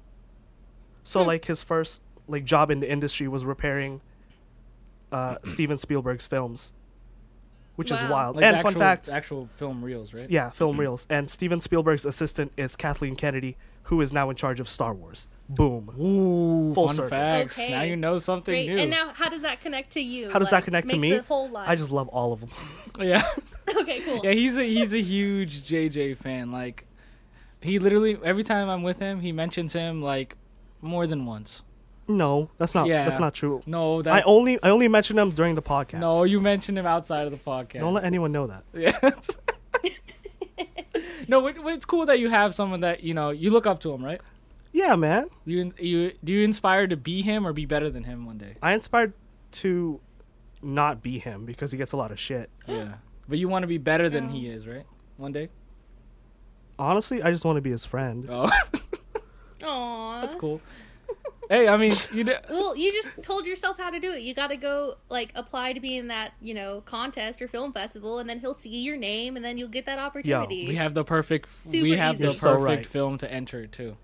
Speaker 3: So like his first like job in the industry was repairing uh, Steven Spielberg's films. which is
Speaker 2: Wow.
Speaker 3: wild.
Speaker 1: Like
Speaker 3: and
Speaker 1: the
Speaker 3: fun
Speaker 1: actual-
Speaker 3: fact,
Speaker 1: actual film reels, right?
Speaker 3: yeah, film reels. And Steven Spielberg's assistant is Kathleen Kennedy, who is now in charge of Star Wars. Boom.
Speaker 1: Ooh,
Speaker 3: Full
Speaker 1: fun
Speaker 3: circle.
Speaker 1: facts. Now
Speaker 2: Okay.
Speaker 1: you know something
Speaker 2: Great.
Speaker 1: new.
Speaker 2: And now, how does that connect to you?
Speaker 3: How does
Speaker 2: Like,
Speaker 3: that connect to
Speaker 2: make
Speaker 3: me?
Speaker 2: The whole line.
Speaker 3: I just love all of them.
Speaker 1: (laughs) yeah,
Speaker 2: (laughs) okay, cool.
Speaker 1: yeah. He's a he's a huge JJ fan. Like, he literally every time I'm with him, he mentions him like more than once.
Speaker 3: No, that's not.
Speaker 1: Yeah.
Speaker 3: That's not true.
Speaker 1: No,
Speaker 3: I
Speaker 1: that
Speaker 3: only I only mention them during the podcast.
Speaker 1: no. You mentioned him outside of the podcast.
Speaker 3: don't let anyone know that.
Speaker 1: (laughs) Yeah. no, it, it's cool that you have someone that you know you look up to him, right?
Speaker 3: Yeah, man.
Speaker 1: You you do you inspire to be him or be better than him one day?
Speaker 3: I inspired to not be him because he gets a lot of shit.
Speaker 1: Yeah, but you want to be better than he is, right?
Speaker 2: (laughs)
Speaker 1: One day.
Speaker 3: Honestly, I just want to be his friend.
Speaker 1: Oh, (laughs)
Speaker 2: Aww.
Speaker 1: that's cool. Hey, I mean,
Speaker 2: (laughs)
Speaker 1: you know,
Speaker 2: Well, you just told yourself how to do it. You got to go like apply to be in that you know contest or film festival, and then he'll see your name, and then you'll get that opportunity.
Speaker 1: we have the perfect we
Speaker 2: Super
Speaker 1: have
Speaker 2: easy.
Speaker 1: the
Speaker 3: You're so
Speaker 1: perfect
Speaker 3: right.
Speaker 1: film to enter too.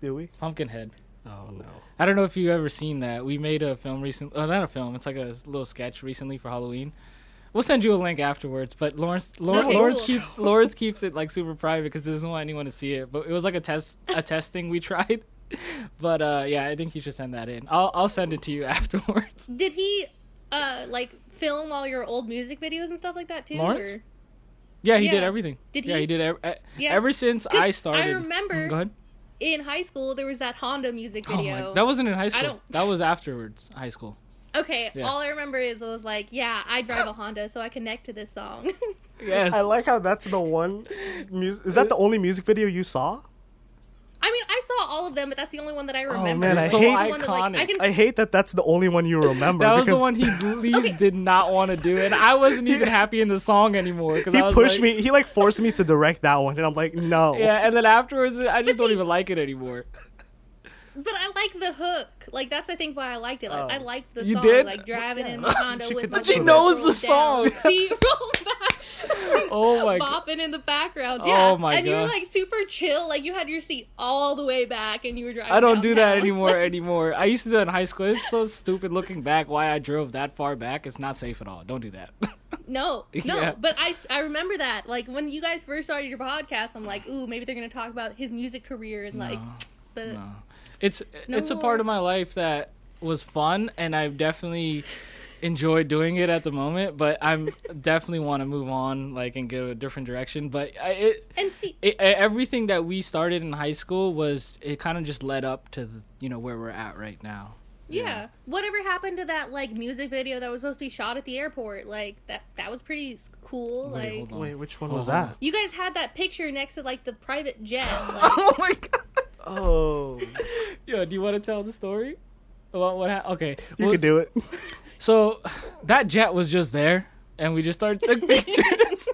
Speaker 3: Do we?
Speaker 1: Pumpkinhead.
Speaker 3: Oh no.
Speaker 1: I don't know if you ever seen that. We made a film recently. Oh, not a film. It's like a s- little sketch recently for Halloween. We'll send you a link afterwards. But Lawrence, Lawrence,
Speaker 2: Okay,
Speaker 1: Lawrence
Speaker 2: cool.
Speaker 1: keeps Lawrence keeps it like super private because doesn't want anyone to see it. But it was like a test a test thing we (laughs) tried. But uh, yeah, I think you should send that in. I'll I'll send it to you (laughs) afterwards.
Speaker 2: Did he uh like film all your old music videos and stuff like that too?
Speaker 1: Lawrence?
Speaker 2: or-
Speaker 1: Yeah, he did
Speaker 2: Yeah.
Speaker 1: everything.
Speaker 2: Did
Speaker 1: Yeah,
Speaker 2: he?
Speaker 1: he did. Ev- e-
Speaker 2: Yeah.
Speaker 1: Ever since
Speaker 2: 'Cause
Speaker 1: I started.
Speaker 2: I remember
Speaker 1: Go ahead.
Speaker 2: in high school there was that Honda music
Speaker 1: Oh
Speaker 2: video.
Speaker 1: my, that wasn't in high school.
Speaker 2: don't-
Speaker 1: That was afterwards high school.
Speaker 2: okay.
Speaker 1: Yeah.
Speaker 2: All I remember is it was like, yeah, I drive a Honda, so I connect to this song. (laughs)
Speaker 1: Yes.
Speaker 3: I like how that's the one. Music is that the only music video you saw?
Speaker 2: I mean, I saw all of them, but that's the only one that I remember.
Speaker 3: man, I
Speaker 2: It's
Speaker 3: So
Speaker 2: the only
Speaker 1: Oh, hate-
Speaker 2: one that, like, I
Speaker 1: iconic.
Speaker 2: can
Speaker 3: I hate that that's the only one you remember.
Speaker 1: That was the
Speaker 3: because
Speaker 1: one he
Speaker 3: (laughs)
Speaker 1: least did not want to do, and I wasn't even happy in the song anymore. Cause
Speaker 3: He
Speaker 1: I was
Speaker 3: pushed
Speaker 1: like-
Speaker 3: me. He like forced me to direct that one, and I'm like, no.
Speaker 1: Yeah, and then afterwards, I just
Speaker 2: But
Speaker 1: don't
Speaker 2: see-
Speaker 1: even like it anymore.
Speaker 2: But I like the hook. Like that's I think why I liked it. Like I liked the
Speaker 1: Oh. You
Speaker 2: song.
Speaker 1: did?
Speaker 2: Like driving in
Speaker 1: (laughs)
Speaker 3: Yeah.
Speaker 2: my Honda
Speaker 3: She
Speaker 2: with
Speaker 3: could-
Speaker 2: my
Speaker 3: But she
Speaker 2: windows
Speaker 1: knows the
Speaker 2: rolled (laughs)
Speaker 1: song.
Speaker 2: down, seat rolled back.
Speaker 1: (laughs) Oh my god.
Speaker 2: Bopping in the background.
Speaker 1: Oh
Speaker 2: Yeah.
Speaker 1: my
Speaker 2: And you were
Speaker 1: God.
Speaker 2: like super chill. Like you had your seat all the way back and you were driving.
Speaker 1: I don't do that
Speaker 2: downtown.
Speaker 1: anymore anymore. I used to do it in high school. It's so stupid looking back why I drove that far back. It's not safe at all. Don't do that. (laughs)
Speaker 2: No, no.
Speaker 1: Yeah.
Speaker 2: But I, I remember that. Like when you guys first started your podcast, I'm like, ooh, maybe they're gonna talk about his music career and like the
Speaker 1: No. It's
Speaker 2: no
Speaker 1: it's a part of my life that was fun and I've definitely enjoyed doing it at the moment, but I'm definitely want to move on like and go a different direction, but I, it
Speaker 2: and see
Speaker 1: it, e- everything that we started in high school was it kind of just led up to you know where we're at right now.
Speaker 2: Yeah. Whatever happened to that like music video that was supposed to be shot at the airport? Like that that was pretty s- cool.
Speaker 1: Wait,
Speaker 2: like
Speaker 1: hold on.
Speaker 3: Wait, which one
Speaker 1: Oh,
Speaker 3: was
Speaker 1: hold on.
Speaker 3: that?
Speaker 2: you guys had that picture next to like the private jet.
Speaker 1: (laughs)
Speaker 2: Like,
Speaker 1: (laughs) Oh my god!
Speaker 3: Oh,
Speaker 1: Yo, do you want to tell the story about what happened? Okay,
Speaker 3: you
Speaker 1: well,
Speaker 3: could do it.
Speaker 1: So that jet was just there, and we just
Speaker 3: (laughs)
Speaker 1: started taking pictures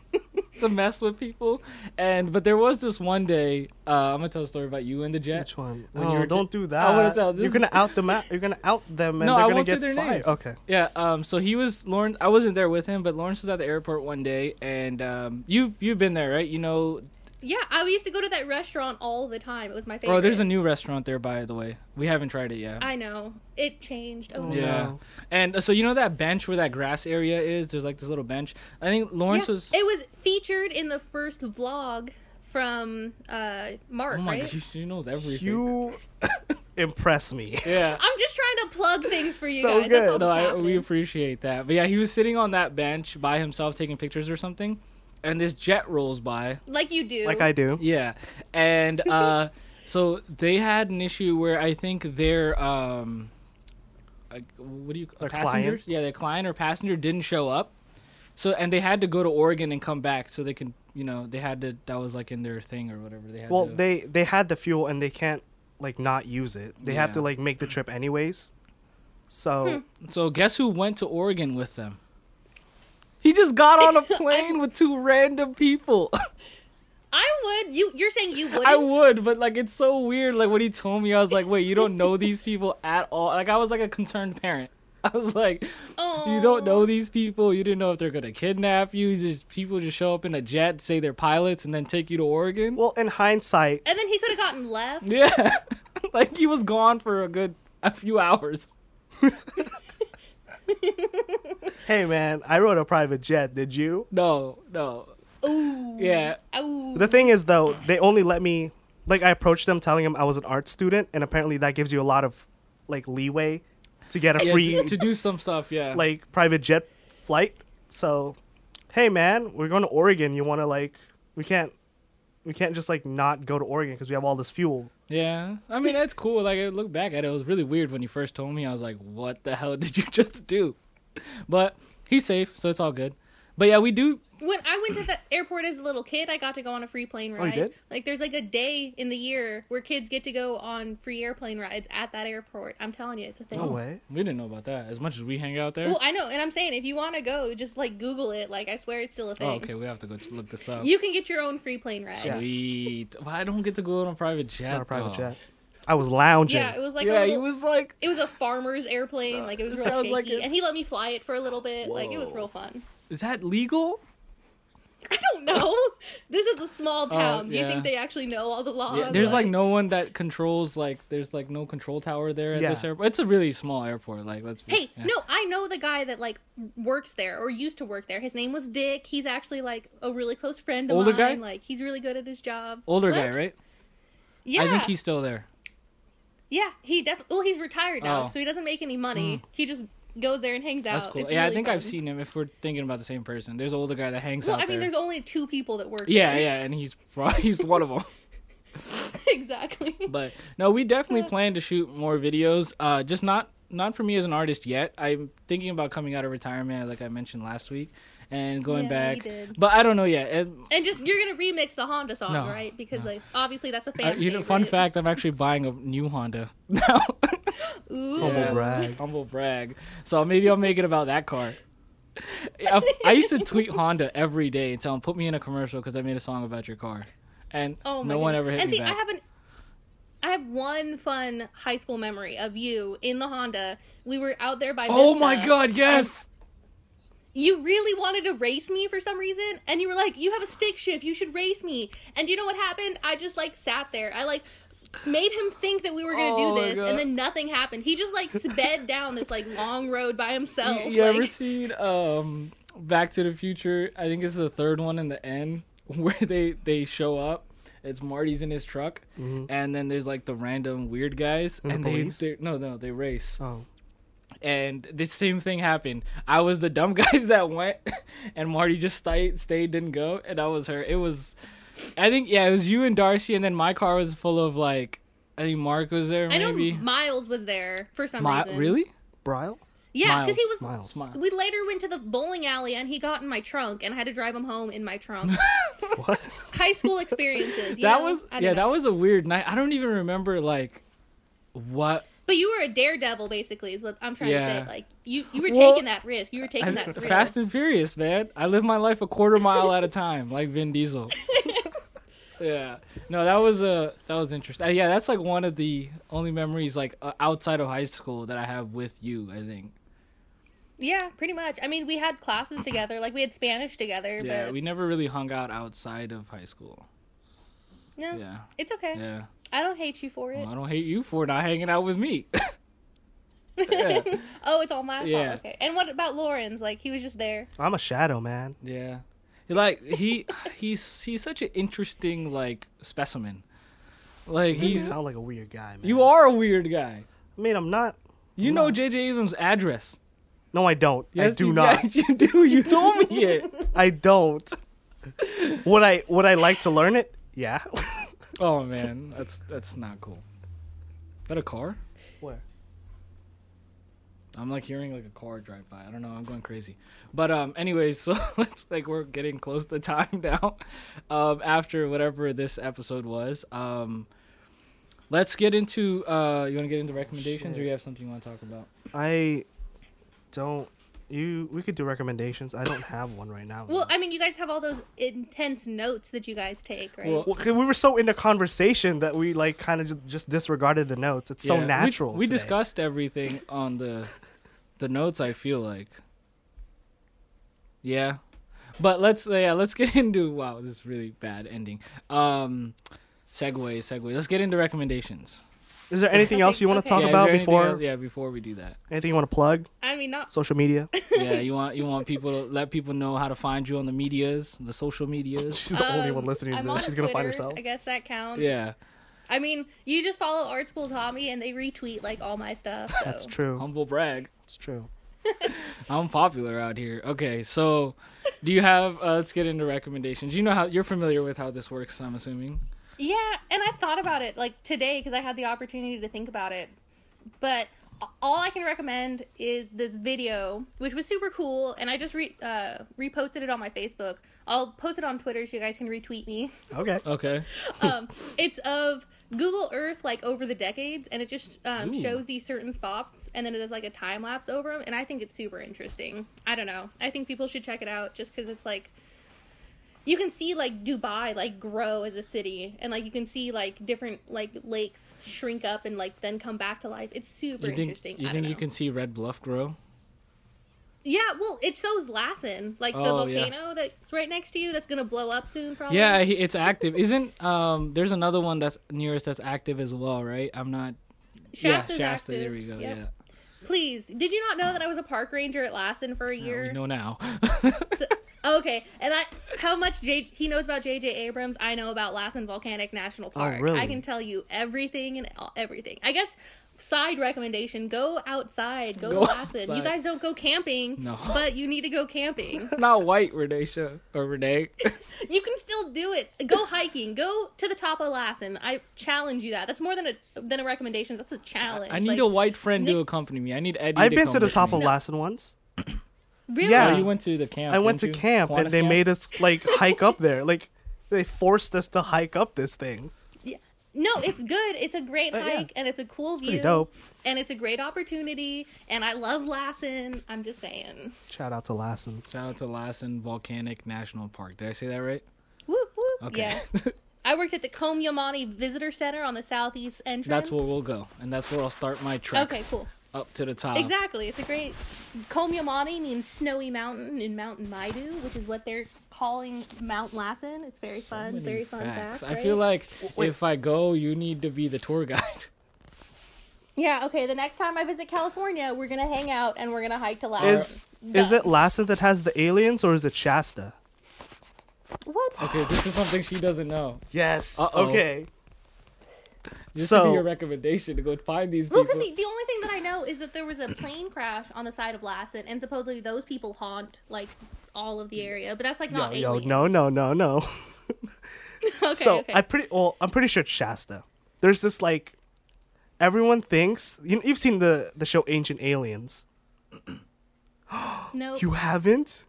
Speaker 1: (laughs) to mess with people. And but there was this one day. Uh, I'm gonna tell a story about you and the jet.
Speaker 3: Which one?
Speaker 1: When
Speaker 3: no,
Speaker 1: you were t-
Speaker 3: don't do that.
Speaker 1: Oh, I wanna tell- this
Speaker 3: You're
Speaker 1: is-
Speaker 3: gonna out them. Out, you're gonna out them, and
Speaker 1: No,
Speaker 3: they're
Speaker 1: I
Speaker 3: gonna
Speaker 1: won't say
Speaker 3: get
Speaker 1: their
Speaker 3: fired.
Speaker 1: names.
Speaker 3: Okay.
Speaker 1: Yeah. Um. So he was Lawrence. I wasn't there with him, but Lawrence was at the airport one day, and um, you've you've been there, right? You know.
Speaker 2: yeah, I used to go to that restaurant all the time. It was my favorite.
Speaker 1: Oh, there's a new restaurant there, by the way. We haven't tried it yet.
Speaker 2: I know it changed. Oh,
Speaker 1: yeah.
Speaker 3: no.
Speaker 1: And uh, so you know that bench where that grass area is. There's like this little bench. I think Lawrence
Speaker 2: Yeah,
Speaker 1: was.
Speaker 2: It was featured in the first vlog from uh Mark.
Speaker 1: oh my
Speaker 2: right?
Speaker 1: gosh, she knows everything.
Speaker 3: You (laughs) impress
Speaker 1: (laughs)
Speaker 3: me.
Speaker 1: Yeah.
Speaker 2: I'm just trying to plug things for you
Speaker 3: So
Speaker 2: guys. That's all
Speaker 3: good.
Speaker 1: no,
Speaker 2: that's
Speaker 1: I, we
Speaker 2: happening.
Speaker 1: appreciate that. But yeah, he was sitting on that bench by himself taking pictures or something, and this jet rolls by.
Speaker 2: like you do.
Speaker 3: Like I do.
Speaker 1: Yeah, (laughs) and uh, so they had an issue where I think their um, like, what do you
Speaker 3: Their client?
Speaker 1: passengers? Yeah, their client or passenger didn't show up. So and they had to go to Oregon and come back, so they can you know they had to that was like in their thing or whatever they had.
Speaker 3: Well,
Speaker 1: to,
Speaker 3: they they had the fuel and they can't like not use it. They have
Speaker 1: Yeah. Hmm.
Speaker 3: to like make the trip anyways. So
Speaker 1: so guess who went to Oregon with them? He just got (laughs) on a plane with two random people. (laughs)
Speaker 2: I would. You you're saying you would.
Speaker 1: I would, but like it's so weird. Like when he told me, I was like, "Wait, you don't know these people at all." Like I was like a concerned parent. (laughs) I was like,
Speaker 2: Oh.
Speaker 1: "You don't know these people. You didn't know if they're gonna kidnap you. These people just show up in a jet, say they're pilots, and then take you to Oregon."
Speaker 3: well, in hindsight,
Speaker 2: And then he could have gotten left.
Speaker 1: yeah, (laughs) like he was gone for a good a few hours.
Speaker 3: hey man, I rode a private jet. Did you?
Speaker 1: No, no.
Speaker 2: Ooh.
Speaker 1: Yeah.
Speaker 2: Ooh.
Speaker 3: The thing is though, they only let me like I approached them telling them I was an art student, and apparently that gives you a lot of like leeway to get a
Speaker 1: yeah
Speaker 3: free
Speaker 1: to, to do some stuff, yeah.
Speaker 3: like private jet flight. So, hey man, we're going to Oregon. You want to like we can't we can't just like not go to Oregon because we have all this fuel.
Speaker 1: yeah. I mean, that's cool. Like, I look back at it. It was really weird when you first told me. I was like, what the hell did you (laughs) just do? But he's safe, so it's all good. But yeah, we do.
Speaker 2: When I went to the airport as a little kid, I got to go on a free
Speaker 1: Oh,
Speaker 2: plane
Speaker 3: you
Speaker 2: ride.
Speaker 3: did?
Speaker 2: Like there's like a day in the year where kids get to go on free airplane rides at that airport. I'm telling you, it's a thing.
Speaker 3: No way.
Speaker 1: oh, We didn't know about that as much as we hang out there.
Speaker 2: Well, I know, and I'm saying if you want to go, just like Google it. Like I swear it's still a thing.
Speaker 1: oh, okay. We have to go look this up.
Speaker 2: You can get your own free plane ride. Yeah,
Speaker 1: Sweet. Well, I don't get to go on a private jet.
Speaker 3: Not a private
Speaker 1: though.
Speaker 3: jet. I was lounging.
Speaker 2: it was like
Speaker 1: yeah,
Speaker 2: a
Speaker 1: he
Speaker 2: little,
Speaker 1: was like,
Speaker 2: it was a farmer's airplane. Like it was
Speaker 1: this
Speaker 2: real
Speaker 1: guy was
Speaker 2: shaky,
Speaker 1: like a-
Speaker 2: and he let me fly it for a little bit. Like it was real fun. (laughs)
Speaker 1: is that legal?
Speaker 2: I don't know. this is a small town. Do you
Speaker 1: Uh, yeah.
Speaker 2: think they actually know all the laws?
Speaker 1: Yeah, there's like no one that controls like there's like no control tower there at this
Speaker 3: Yeah.
Speaker 1: airport. It's a really small airport. Like let's be,
Speaker 2: Hey,
Speaker 1: yeah.
Speaker 2: no, I know the guy that like works there or used to work there. His name was Dick. He's actually like a really close friend of
Speaker 1: Older
Speaker 2: mine.
Speaker 1: guy?
Speaker 2: Like he's really good at his job.
Speaker 1: older guy,
Speaker 2: What?
Speaker 1: right?
Speaker 2: Yeah,
Speaker 1: I think he's still there.
Speaker 2: yeah. He definitely. Well, he's retired now,
Speaker 1: Oh. Mm.
Speaker 2: so he doesn't make any money. He just goes there and hangs
Speaker 1: That's
Speaker 2: out.
Speaker 1: cool.
Speaker 2: Oh, It's
Speaker 1: yeah, I
Speaker 2: really
Speaker 1: think I've
Speaker 2: fun.
Speaker 1: seen him. If we're thinking about the same person, there's an older guy that hangs
Speaker 2: Well,
Speaker 1: out
Speaker 2: I mean,
Speaker 1: there.
Speaker 2: there's only two people that work.
Speaker 1: Yeah,
Speaker 2: there.
Speaker 1: yeah, and he's probably, (laughs) he's one of them.
Speaker 2: (laughs) exactly.
Speaker 1: But no, we definitely plan to shoot more videos. Uh, just not not for me as an artist yet. I'm thinking about coming out of retirement, like I mentioned last week, and going
Speaker 2: Yeah, you
Speaker 1: back.
Speaker 2: did.
Speaker 1: But I don't know yet. And
Speaker 2: And just you're gonna remix the Honda song,
Speaker 1: No,
Speaker 2: right? Because like obviously that's a fan.
Speaker 1: uh, you know, fun
Speaker 2: favorite.
Speaker 1: fact, I'm actually buying a new Honda (laughs) now. Oh,
Speaker 2: Ooh.
Speaker 3: Humble brag.
Speaker 1: Humble brag. So maybe I'll make it about
Speaker 2: (laughs)
Speaker 1: that car. I, I used to tweet Honda every day and tell them put me in a commercial because I made a song about your car, and
Speaker 2: Oh my
Speaker 1: no one
Speaker 2: goodness.
Speaker 1: ever hit
Speaker 2: and
Speaker 1: me
Speaker 2: see,
Speaker 1: back.
Speaker 2: I haven't. I have one fun high school memory of you in the Honda. We were out there by.
Speaker 1: oh
Speaker 2: Vista.
Speaker 1: my God! Yes.
Speaker 2: You really wanted to race me for some reason, and you were like, "You have a stick shift. You should race me." And you know what happened? I just like sat there. I like made him think that we were gonna
Speaker 1: Oh my
Speaker 2: do this,
Speaker 1: God.
Speaker 2: and then nothing happened. He just
Speaker 1: (laughs)
Speaker 2: like sped down this like long road by (laughs) himself.
Speaker 1: You, you ever
Speaker 2: like-
Speaker 1: seen um Back to the Future? I think it's the third one in the end (laughs) where they they show up. It's Marty's in his truck, and then there's like the random weird guys, and,
Speaker 3: Mm-hmm. the
Speaker 1: they
Speaker 3: police?
Speaker 1: they no no they race,
Speaker 3: Oh.
Speaker 1: and the same thing happened. I was the dumb (laughs) guys that went, and Marty just stayed stayed didn't go, and I was her. It was, I think yeah, it was you and Darcy, and then my car was full of like I think Mark was there
Speaker 2: I know
Speaker 1: maybe.
Speaker 2: Miles was there for some
Speaker 1: Mi-
Speaker 2: reason.
Speaker 1: really?
Speaker 3: Brile?
Speaker 2: Yeah, because he was.
Speaker 3: Miles.
Speaker 1: Miles.
Speaker 2: We later went to the bowling alley and he got in my trunk and I had to drive him home in my trunk. (laughs)
Speaker 3: What?
Speaker 2: High school experiences. You
Speaker 1: that
Speaker 2: know?
Speaker 1: was
Speaker 2: I don't
Speaker 1: yeah,
Speaker 2: know.
Speaker 1: that was a weird night. I don't even remember like what
Speaker 2: But you were a daredevil, basically, is what I'm trying to
Speaker 1: Yeah.
Speaker 2: say. Like you, you were
Speaker 1: Well,
Speaker 2: taking that risk. You were taking
Speaker 1: I-
Speaker 2: that risk.
Speaker 1: Fast and Furious, man. I live my life a quarter mile at a time, like Vin
Speaker 2: (laughs)
Speaker 1: Diesel. yeah, no, that was uh, that was interesting. Uh, yeah, that's like one of the only memories like uh, outside of high school that I have with you. I think.
Speaker 2: yeah, pretty much. I mean, we had classes together. Like we had Spanish together.
Speaker 1: Yeah,
Speaker 2: but
Speaker 1: we never really hung out outside of high school.
Speaker 2: no,
Speaker 1: Yeah,
Speaker 2: it's okay.
Speaker 1: yeah.
Speaker 2: I don't hate you for it.
Speaker 1: Well, I don't hate you for not hanging out with me. (laughs) yeah,
Speaker 2: (laughs) oh, it's all my
Speaker 1: Yeah.
Speaker 2: fault. Okay. And what about Lauren's? Like he was just there.
Speaker 3: I'm a shadow man.
Speaker 1: yeah. Like he, he's he's such an interesting like specimen. Like
Speaker 3: You
Speaker 1: he's
Speaker 3: sound like a weird guy, man.
Speaker 1: you are a weird guy.
Speaker 3: I mean, I'm not.
Speaker 1: You know J.J. Abrams' address.
Speaker 3: No, I don't. I
Speaker 1: Yes,
Speaker 3: do
Speaker 1: you-
Speaker 3: not.
Speaker 1: (laughs) Yes, you do. You told
Speaker 3: (laughs)
Speaker 1: me it.
Speaker 3: I don't. Would I? Would I like to learn it? Yeah.
Speaker 1: Oh man, that's that's not cool. Is that a car?
Speaker 3: Where?
Speaker 1: I'm like hearing like a car drive by. I don't know. I'm going crazy. But um, anyways, (laughs) so let's like we're getting close to time (laughs) now. Um, after whatever this episode was, um, let's get into. Uh, you want to get into recommendations, or
Speaker 3: Shit.
Speaker 1: you have something you want to talk about?
Speaker 3: I don't. You. We could do recommendations. I don't have one right now.
Speaker 2: Well, I mean, you guys have all those intense notes that you guys take, right?
Speaker 1: Well,
Speaker 3: Well, 'cause we were so into conversation that we like kind of just, just disregarded the notes. It's
Speaker 1: Yeah,
Speaker 3: so
Speaker 1: we-
Speaker 3: natural.
Speaker 1: We,
Speaker 3: today.
Speaker 1: discussed everything on the the notes. I feel like, yeah, but let's uh, yeah let's get (laughs) into wow this is really bad ending. Um, segue segue. Let's get into recommendations.
Speaker 3: Is there anything else you want to talk
Speaker 2: Okay.
Speaker 1: Yeah, is
Speaker 3: about
Speaker 1: there anything
Speaker 3: before?
Speaker 1: else- yeah, before we do that.
Speaker 3: Anything you want to plug?
Speaker 2: I mean, not
Speaker 3: Social
Speaker 2: (laughs)
Speaker 3: media.
Speaker 1: Yeah, you want you want people to let people know how to find you on the medias, the social medias.
Speaker 3: She's the only
Speaker 2: Um,
Speaker 3: one listening to
Speaker 2: I'm
Speaker 3: this.
Speaker 2: on
Speaker 3: She's gonna find
Speaker 2: Twitter.
Speaker 3: herself.
Speaker 2: I guess that counts.
Speaker 1: Yeah,
Speaker 2: I mean, you just follow Art School Tommy and they retweet like all my stuff. So.
Speaker 3: (laughs) That's true.
Speaker 1: humble brag.
Speaker 3: That's true.
Speaker 1: I'm popular out here. Okay, so do you have? Uh, let's get into recommendations. You know how you're familiar with how this works. I'm assuming.
Speaker 2: Yeah, and I thought about it like today because I had the opportunity to think about it. But all I can recommend is this video, which was super cool, and I just re- uh, reposted it on my Facebook. I'll post it on Twitter so you guys can retweet me.
Speaker 1: uh,
Speaker 3: Okay.
Speaker 1: Okay.
Speaker 2: (laughs) um, it's of Google Earth like over the decades, and it just um,
Speaker 1: Ooh.
Speaker 2: shows these certain spots, and then it does like a time lapse over them, and I think it's super interesting. I don't know. I think people should check it out just because it's like you can see like Dubai like grow as a city, and like you can see like different like lakes shrink up and like then come back to life. It's super
Speaker 1: You think
Speaker 2: interesting. I
Speaker 1: you
Speaker 2: don't
Speaker 1: think you
Speaker 2: know.
Speaker 1: can see Red Bluff grow?
Speaker 2: Yeah, well, it shows Lassen, like the
Speaker 1: Oh, yeah.
Speaker 2: volcano that's right next to you that's gonna blow up soon, probably.
Speaker 1: Yeah, he- it's active. Isn't um? There's another one that's nearest that's active as well, right? I'm not.
Speaker 2: Shasta's
Speaker 1: yeah, Shasta.
Speaker 2: active.
Speaker 1: There we go.
Speaker 2: Yep.
Speaker 1: Yeah.
Speaker 2: Please, did you not know that I was a park ranger at Lassen for a
Speaker 1: Yeah,
Speaker 2: year?
Speaker 1: we know now. (laughs)
Speaker 2: Okay, and I how much J, he knows about J.J. Abrams, I know about Lassen Volcanic National
Speaker 1: Oh,
Speaker 2: Park.
Speaker 3: really?
Speaker 2: I can tell you everything and all- everything. I guess side recommendation: go outside, go,
Speaker 1: Go
Speaker 2: to Lassen.
Speaker 1: outside.
Speaker 2: You guys don't go camping,
Speaker 1: No.
Speaker 2: but you need to go camping.
Speaker 1: (laughs) not white Renisha or Renee.
Speaker 2: you can still do it. Go hiking. Go to the top of Lassen. I challenge you that. That's more than a than a recommendation. That's a challenge.
Speaker 1: I need
Speaker 2: Like,
Speaker 1: a white friend to
Speaker 2: Nick-
Speaker 1: accompany me. I need Eddie.
Speaker 3: I've
Speaker 1: to
Speaker 3: been
Speaker 1: come
Speaker 3: to the
Speaker 1: with
Speaker 3: top
Speaker 1: me.
Speaker 3: of Lassen once.
Speaker 2: really.
Speaker 1: Oh,
Speaker 3: Yeah.
Speaker 1: you went to the camp.
Speaker 3: I went to
Speaker 1: didn't you?
Speaker 3: camp and
Speaker 1: Kiwanis
Speaker 3: they
Speaker 1: camp?
Speaker 3: made us
Speaker 1: (laughs)
Speaker 3: like hike up there. Like they forced us to hike up this thing.
Speaker 2: No, it's good. It's a great
Speaker 3: yeah.
Speaker 2: hike and it's a cool
Speaker 3: pretty
Speaker 2: view.
Speaker 3: dope.
Speaker 2: And it's a great opportunity. And I love Lassen. I'm just saying.
Speaker 3: Shout out to Lassen.
Speaker 1: Shout out to Lassen Volcanic National Park. Did I say that right?
Speaker 2: Whoop whoop.
Speaker 1: Okay.
Speaker 2: Yeah.
Speaker 1: (laughs)
Speaker 2: I worked at the Kom Yamani Visitor Center on the southeast entrance.
Speaker 1: that's where we'll go, and that's where I'll start my trek
Speaker 2: Okay, cool.
Speaker 1: up to the top.
Speaker 2: Exactly. It's a great Kom Yamani means snowy mountain in Mountain Maidu, which is what they're calling Mount Lassen. It's very fun.
Speaker 1: Many
Speaker 2: very fun fact.
Speaker 1: I feel
Speaker 2: right?
Speaker 1: like
Speaker 3: wait.
Speaker 1: if I go, you need to be the tour guide. (laughs)
Speaker 2: Yeah, okay, the next time I visit California, we're gonna hang out and we're gonna hike to Lassen.
Speaker 3: Is is
Speaker 2: Duh.
Speaker 3: it Lassen that has the aliens or is it Shasta?
Speaker 2: what?
Speaker 1: Okay, this is something she doesn't know.
Speaker 3: Yes. Oh,
Speaker 1: Uh-oh.
Speaker 3: Okay.
Speaker 1: This should
Speaker 3: So-
Speaker 1: be your recommendation to go find these
Speaker 2: Well,
Speaker 1: people.
Speaker 2: 'cause the, the only thing that I know is that there was a plane crash on the side of Lassen, and supposedly those people haunt like all of the area. But that's like
Speaker 3: Yo,
Speaker 2: not
Speaker 3: yo,
Speaker 2: alien.
Speaker 3: no, no, no, no.
Speaker 2: (laughs)
Speaker 3: (laughs)
Speaker 2: Okay,
Speaker 3: so
Speaker 2: okay.
Speaker 3: I pretty well. I'm pretty sure it's Shasta. There's this like, everyone thinks you, you've seen the the show Ancient Aliens.
Speaker 2: no,
Speaker 3: You haven't?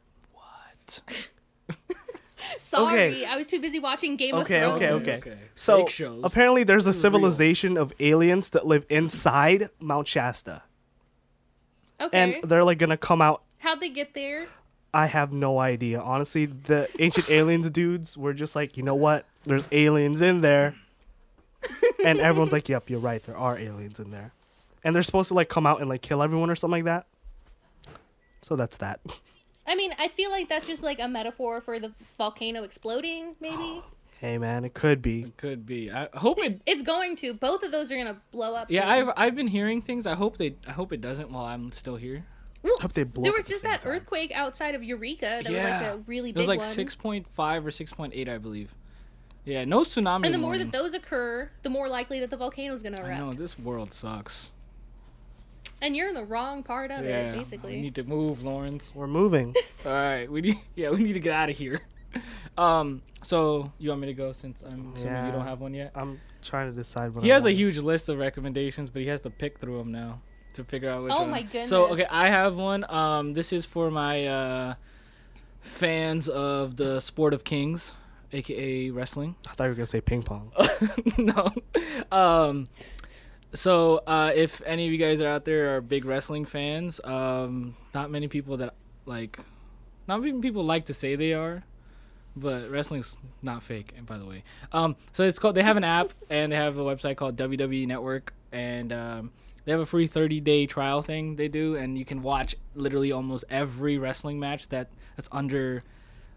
Speaker 2: sorry,
Speaker 3: okay.
Speaker 2: I was too busy watching Game
Speaker 3: Okay,
Speaker 2: of Thrones.
Speaker 3: okay,
Speaker 1: Okay,
Speaker 3: okay,
Speaker 1: okay.
Speaker 3: So
Speaker 1: Fake shows.
Speaker 3: apparently, there's a
Speaker 1: This is real.
Speaker 3: civilization of aliens that live inside Mount Shasta,
Speaker 2: Okay,
Speaker 3: and they're like gonna come out.
Speaker 2: how'd they get there?
Speaker 3: I have no idea. Honestly, the Ancient Aliens dudes were just like, you know what? There's aliens in there, and everyone's like, yep, you're right. There are aliens in there, and they're supposed to like come out and like kill everyone or something like that. So that's that.
Speaker 2: I mean, I feel like that's just like a metaphor for the volcano exploding.
Speaker 3: (gasps)
Speaker 2: Maybe
Speaker 3: Hey man, it could be.
Speaker 1: Could be. I hope it.
Speaker 2: it's going to. Both of those are gonna blow up.
Speaker 1: Yeah,
Speaker 2: soon.
Speaker 1: I've I've been hearing things. I hope they. I hope it doesn't while I'm still here.
Speaker 2: Well,
Speaker 3: hope they blow
Speaker 2: there
Speaker 3: up
Speaker 2: was
Speaker 3: at the
Speaker 2: just
Speaker 3: same
Speaker 2: that
Speaker 3: time.
Speaker 2: earthquake outside of Eureka. That was
Speaker 1: Yeah.
Speaker 2: like a really
Speaker 1: It
Speaker 2: big
Speaker 1: was like
Speaker 2: one.
Speaker 1: 6.5 or 6.8, I believe. Yeah, no tsunami.
Speaker 2: and the more
Speaker 1: warning.
Speaker 2: that those occur, the more likely that the volcano is gonna
Speaker 1: I
Speaker 2: erupt.
Speaker 1: know this world sucks.
Speaker 2: And you're in the wrong part of it,
Speaker 1: Yeah, we
Speaker 2: basically.
Speaker 1: need to move, Lawrence.
Speaker 3: We're moving.
Speaker 1: All right, we need. (laughs) Yeah, we need to get out of here. (laughs) Um, so you want me to go since I'm assuming you
Speaker 3: Yeah.
Speaker 1: don't have one yet.
Speaker 3: I'm trying to decide what
Speaker 1: He
Speaker 3: I
Speaker 1: has a
Speaker 3: want.
Speaker 1: huge list of recommendations, but he has to pick through them now to figure out which
Speaker 2: Oh
Speaker 1: one.
Speaker 2: my goodness.
Speaker 1: So okay, I have one. Um, this is for my uh, fans of the sport of kings, aka wrestling.
Speaker 3: I thought you were gonna say ping pong.
Speaker 1: (laughs) no. Um, so uh, if any of you guys are out there are big wrestling fans, um, not many people that like, not many people like to say they are, but wrestling's not fake. And by the way, um, so it's called. They have an app and they have a website called WWE Network, and um, they have a free 30 day trial thing they do, and you can watch literally almost every wrestling match that that's under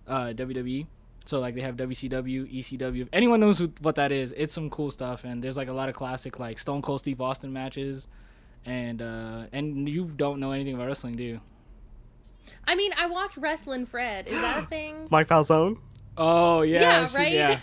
Speaker 1: uh, WWE. So like they have WCW, ECW. E If anyone knows who, what that is, it's some cool stuff. And there's like a lot of classic like Stone Cold Steve Austin matches, and uh and you don't know anything about wrestling, do you?
Speaker 2: I mean, I watch Wrestling Fred. Is
Speaker 1: (gasps)
Speaker 2: that a thing?
Speaker 3: Mike Falzone.
Speaker 1: Oh yeah,
Speaker 2: yeah,
Speaker 1: she-
Speaker 2: right. (laughs)
Speaker 1: yeah.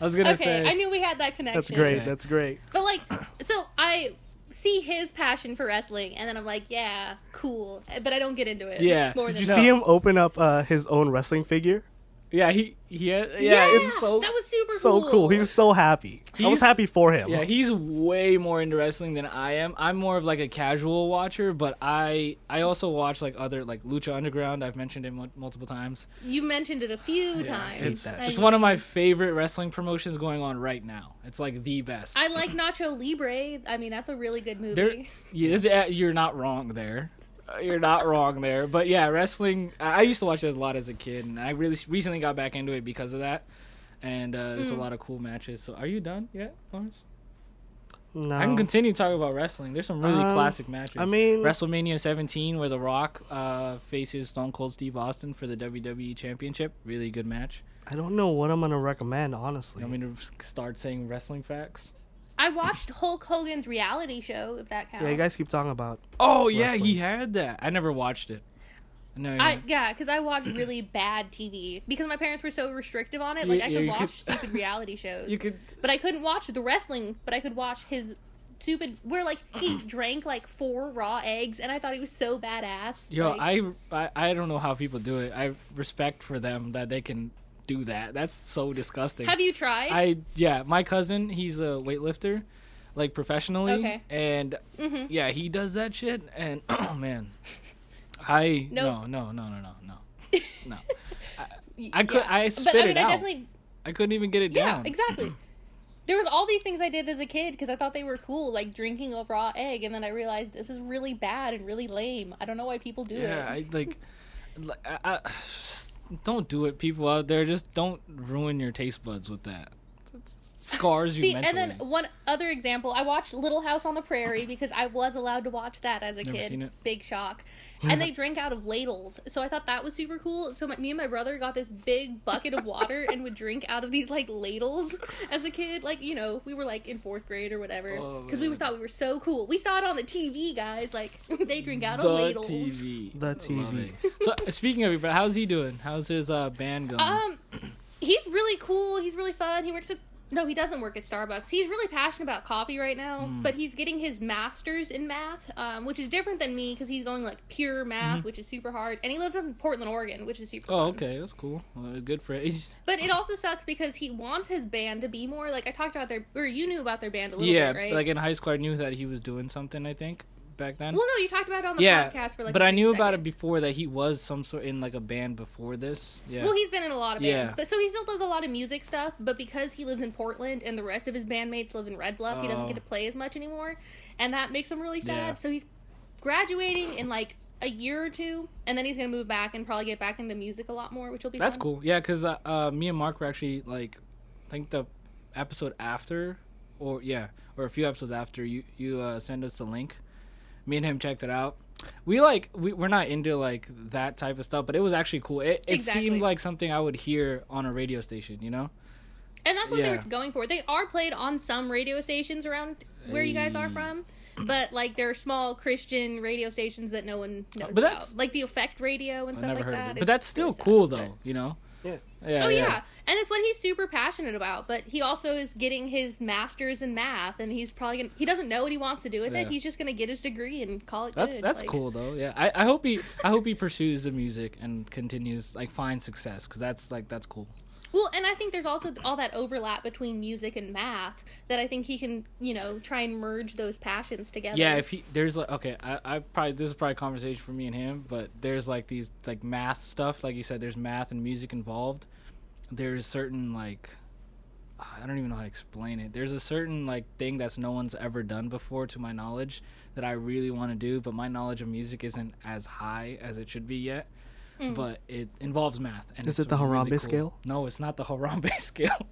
Speaker 1: I was gonna
Speaker 2: okay,
Speaker 1: say
Speaker 2: I knew we had that connection.
Speaker 3: That's great.
Speaker 1: Okay.
Speaker 3: That's great.
Speaker 2: But like, (clears throat) so I see his passion for wrestling, and then I'm like, yeah, cool. But I don't get into it.
Speaker 1: Yeah.
Speaker 2: More
Speaker 1: Did
Speaker 2: than
Speaker 3: Did you
Speaker 1: No.
Speaker 3: see him open up uh, his own wrestling figure?
Speaker 1: yeah he he yeah,
Speaker 2: Yeah,
Speaker 1: yeah it's so
Speaker 2: that was super
Speaker 3: So cool. He was so happy. I
Speaker 1: He's-
Speaker 3: was happy for him.
Speaker 1: Yeah, he's way more into wrestling than I am. I'm more of like a casual watcher, but I I also watch like other like Lucha Underground. I've mentioned it mul- multiple times.
Speaker 2: You mentioned it a few times.
Speaker 1: It's
Speaker 3: that.
Speaker 2: I-
Speaker 1: it's one of my favorite wrestling promotions going on right now. It's like the best.
Speaker 2: I like Nacho Libre. I mean, that's a really good movie.
Speaker 1: There, yeah, it's- uh, you're not wrong there. Uh, You're not wrong there. But yeah, wrestling. I I used to watch it a lot as a kid, and I really recently got back into it because of that. And uh,
Speaker 2: Mm.
Speaker 1: there's a lot of cool matches. So, are you done yet, Lawrence?
Speaker 3: No.
Speaker 1: I can continue talking about wrestling. There's some really
Speaker 3: Um,
Speaker 1: classic matches.
Speaker 3: I mean-
Speaker 1: WrestleMania 17, where The Rock uh, faces Stone Cold Steve Austin for the WWE Championship. Really good match.
Speaker 3: I don't know what I'm gonna recommend, honestly.
Speaker 1: You want me to s- start saying wrestling facts?
Speaker 2: I watched Hulk Hogan's reality show, if that counts.
Speaker 3: yeah, you guys keep talking about.
Speaker 1: Oh yeah, he
Speaker 3: Wrestling.
Speaker 1: had that. I never watched it. No, yeah.
Speaker 2: I, yeah, because I watched really bad TV because my parents were so restrictive on it. Like
Speaker 1: Yeah,
Speaker 2: I
Speaker 1: yeah,
Speaker 2: could
Speaker 1: you could-
Speaker 2: watch
Speaker 1: (laughs)
Speaker 2: stupid reality shows,
Speaker 1: you could.
Speaker 2: but I couldn't watch the wrestling. But I could watch his stupid where like
Speaker 1: (clears throat)
Speaker 2: he drank like four raw eggs, and I thought he was so badass.
Speaker 1: Yo,
Speaker 2: Like,
Speaker 1: I, I I don't know how people do it. I respect for them that they can do that. That's so disgusting.
Speaker 2: have you tried?
Speaker 1: I yeah, my cousin, he's a weightlifter, like professionally,
Speaker 2: Okay. Mm-hmm.
Speaker 1: and yeah, he does that shit. And (clears throat) oh man, I
Speaker 2: Nope.
Speaker 1: no no no no no no no. I could- I spit
Speaker 2: but, I
Speaker 1: it
Speaker 2: mean, I
Speaker 1: out.
Speaker 2: definitely
Speaker 1: I couldn't even get it
Speaker 2: yeah,
Speaker 1: down. (clears throat)
Speaker 2: exactly. There was all these things I did as a kid because I thought they were cool, like drinking a raw egg, and then I realized this is really bad and really lame. I don't know why people do
Speaker 1: Yeah,
Speaker 2: it.
Speaker 1: I like, li- I, I- don't do it, people out there. Just don't ruin your taste buds with that. Scars you
Speaker 2: See,
Speaker 1: mentally.
Speaker 2: and then one other example, I watched Little House on the Prairie because I was allowed to watch that as a
Speaker 1: Never
Speaker 2: kid.
Speaker 1: seen it.
Speaker 2: Big
Speaker 1: (sighs)
Speaker 2: shock. And they drink out of ladles, so I thought that was super cool. So my, me and my brother got this big bucket of
Speaker 1: (laughs)
Speaker 2: water and would drink out of these like ladles as a kid. Like you know, we were like in fourth grade or whatever
Speaker 1: Oh,
Speaker 2: because we
Speaker 1: man.
Speaker 2: thought we were so cool. We saw it on the TV, guys. Like (laughs) they drink out
Speaker 1: the
Speaker 2: of ladles.
Speaker 1: TV.
Speaker 3: The
Speaker 1: Love
Speaker 3: TV.
Speaker 1: it. so uh, speaking of it, but how's he doing? How's his uh, band going?
Speaker 2: Um, he's really cool. He's really fun. He works at no, he doesn't work at Starbucks. He's really passionate about coffee right now,
Speaker 1: Mm.
Speaker 2: but he's getting his master's in math, um, which is different than me because he's going like pure math, which is super hard. And he lives in Portland, Oregon, which is super.
Speaker 1: Mm-hmm. oh,
Speaker 2: fun.
Speaker 1: okay, that's cool. Well, good for he's-
Speaker 2: But it also sucks because he wants his band to be more like I talked about their or you knew about their band a little
Speaker 1: yeah,
Speaker 2: bit, right?
Speaker 1: like in high school, I knew that he was doing something. I think back then.
Speaker 2: well, no, you talked about it on the
Speaker 1: yeah,
Speaker 2: podcast for like.
Speaker 1: but
Speaker 2: I
Speaker 1: I knew about it before that he was some sort in like a band before this. Yeah.
Speaker 2: Well, he's been in a lot of bands,
Speaker 1: Yeah.
Speaker 2: but so he still does a lot of music stuff. But because he lives in Portland and the rest of his bandmates live in Red Bluff, he doesn't
Speaker 1: Oh.
Speaker 2: get to play as much anymore, and that makes him really sad.
Speaker 1: Yeah.
Speaker 2: So he's graduating in like a year or two, and then he's gonna move back and probably get back into music a lot more, which will be
Speaker 1: That's
Speaker 2: fun.
Speaker 1: cool. Yeah, because uh, uh, me and Mark were actually like, I think the episode after, or yeah, or a few episodes after, you you uh, send us the link. Me and him checked it out. We like we we're not into like that type of stuff, but it was actually cool. It it
Speaker 2: Exactly.
Speaker 1: seemed like something I would hear on a radio station, you know?
Speaker 2: And that's what they
Speaker 1: Yeah.
Speaker 2: were going for. They are played on some radio stations around where you guys are
Speaker 1: Hey.
Speaker 2: from. But like they're small Christian radio stations that no one knows
Speaker 1: but
Speaker 2: about,
Speaker 1: that's-
Speaker 2: like the Effect Radio and
Speaker 1: I
Speaker 2: stuff
Speaker 1: never
Speaker 2: like
Speaker 1: heard
Speaker 2: that.
Speaker 1: of
Speaker 2: It's
Speaker 1: it, but that's still
Speaker 2: really sad,
Speaker 1: cool
Speaker 2: but-
Speaker 1: though, you know?
Speaker 3: Yeah.
Speaker 1: Yeah.
Speaker 2: Oh yeah. and it's what he's super passionate about. But he also is getting his master's in math, and he's probably gonna, he doesn't know what he wants to do with
Speaker 1: Yeah.
Speaker 2: it. He's just gonna get his degree and call it
Speaker 1: That's
Speaker 2: good.
Speaker 1: that's
Speaker 2: like-
Speaker 1: cool though. Yeah, I, I hope he I hope he pursues the music and continues like find success because that's like that's cool.
Speaker 2: Well, and I think there's also all that overlap between music and math that I think he can you know try and merge those passions together.
Speaker 1: Yeah, if he there's like okay, I, I probably this is probably a conversation for me and him, but there's like these like math stuff, like you said, there's math and music involved. There's certain like I don't even know how to explain it. There's a certain like thing that's no one's ever done before to my knowledge that I really want to do, but my knowledge of music isn't as high as it should be yet. But it involves math. And
Speaker 3: Is
Speaker 1: it's
Speaker 3: it the Harambe
Speaker 1: really cool.
Speaker 3: scale?
Speaker 1: (laughs) No, it's not the Harambe scale.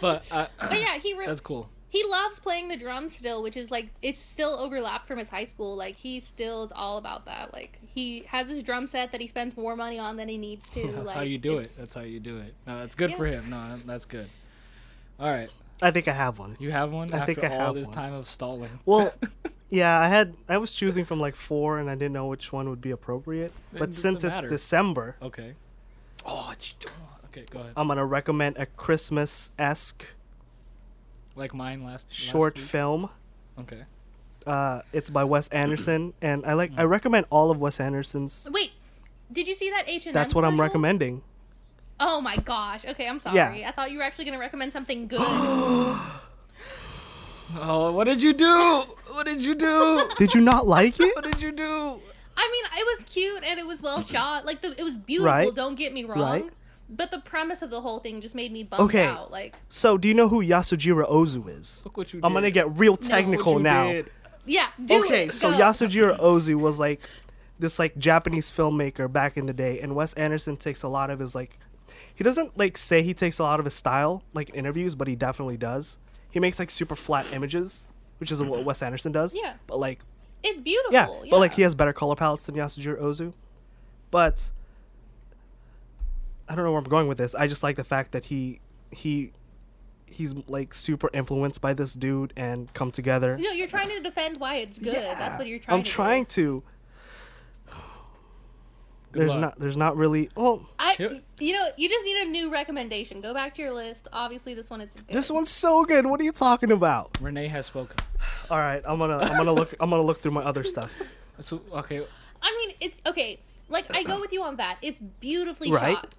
Speaker 1: but uh,
Speaker 2: but yeah, he re-
Speaker 1: that's cool.
Speaker 2: He loves playing the drums still, which is like it's still overlapped from his high school. Like he still is all about that. Like he has his drum set that he spends more money on than he needs to.
Speaker 1: (laughs) That's
Speaker 2: like,
Speaker 1: how you do it.
Speaker 2: it's-
Speaker 1: That's how you do it. No, that's good
Speaker 2: Yeah.
Speaker 1: for him. No, that's good. All right,
Speaker 3: I think I have one.
Speaker 1: you have one.
Speaker 3: I
Speaker 1: after
Speaker 3: think I
Speaker 1: all
Speaker 3: have
Speaker 1: this
Speaker 3: one.
Speaker 1: time of stalling.
Speaker 3: Well, yeah, I had I was choosing from like four, and I didn't know which one would be appropriate. But
Speaker 1: doesn't
Speaker 3: since it's
Speaker 1: matter.
Speaker 3: December,
Speaker 1: (laughs) Okay. Oh, it's- okay. Go ahead.
Speaker 3: I'm gonna recommend a Christmas-esque
Speaker 1: Like mine last. last
Speaker 3: short
Speaker 1: week.
Speaker 3: film.
Speaker 1: Okay.
Speaker 3: Uh, it's by Wes
Speaker 1: (clears throat)
Speaker 3: Anderson, and I
Speaker 1: Hmm.
Speaker 3: like I recommend all of Wes Anderson's.
Speaker 2: Wait, did you see that H and M?
Speaker 3: That's what I'm recommending.
Speaker 2: Oh my gosh. Okay, I'm
Speaker 3: Yeah.
Speaker 2: sorry. I thought you were actually gonna recommend
Speaker 3: (gasps)
Speaker 2: something good.
Speaker 1: Oh, what did you do? What did you
Speaker 3: (laughs)
Speaker 1: do?
Speaker 3: Did you not like it?
Speaker 1: what did you do?
Speaker 2: I mean, it was cute and it was well shot. Like the, it was beautiful.
Speaker 3: Right.
Speaker 2: Don't get me wrong.
Speaker 3: Right.
Speaker 2: But the premise of the whole thing just made me bummed
Speaker 3: Okay.
Speaker 2: out. Like,
Speaker 3: So, do you know who Yasujiro Ozu is?
Speaker 1: Look what you
Speaker 3: I'm gonna
Speaker 1: did.
Speaker 3: get real
Speaker 1: Look Oh, what
Speaker 3: technical
Speaker 1: you
Speaker 3: now.
Speaker 1: did.
Speaker 2: yeah. Do
Speaker 3: Okay,
Speaker 2: it.
Speaker 3: so
Speaker 2: Go.
Speaker 3: Yasujiro Ozu was like this like Japanese filmmaker back in the day, and Wes Anderson takes a lot of his like. He doesn't like say he takes a lot of his style like in interviews, but he definitely does. He makes like super flat images, which is what Wes Anderson does.
Speaker 2: Yeah. Oh,
Speaker 3: But like
Speaker 2: It's beautiful.
Speaker 3: yeah, but like he has better color palettes than Yasujiro Ozu. But I don't know where I'm going with this. I just like the fact that he he he's like super influenced by this dude and come together.
Speaker 2: No, you're trying to defend why it's good. That's what you're trying.
Speaker 3: I'm
Speaker 2: to do.
Speaker 3: trying to.
Speaker 1: Good
Speaker 3: there's
Speaker 1: luck.
Speaker 3: not there's not really oh
Speaker 2: I,
Speaker 1: Here-
Speaker 2: you know, you just need a new recommendation. Go back to your list. Obviously, this one is. Good.
Speaker 3: this one's so good. What are you talking about?
Speaker 1: Renee has spoken.
Speaker 3: All right, I'm gonna I'm gonna look I'm gonna look through my other
Speaker 2: (laughs)
Speaker 3: stuff.
Speaker 1: So okay,
Speaker 2: I mean, it's okay. Like I go with you on that. It's beautifully
Speaker 3: Right.
Speaker 2: shot.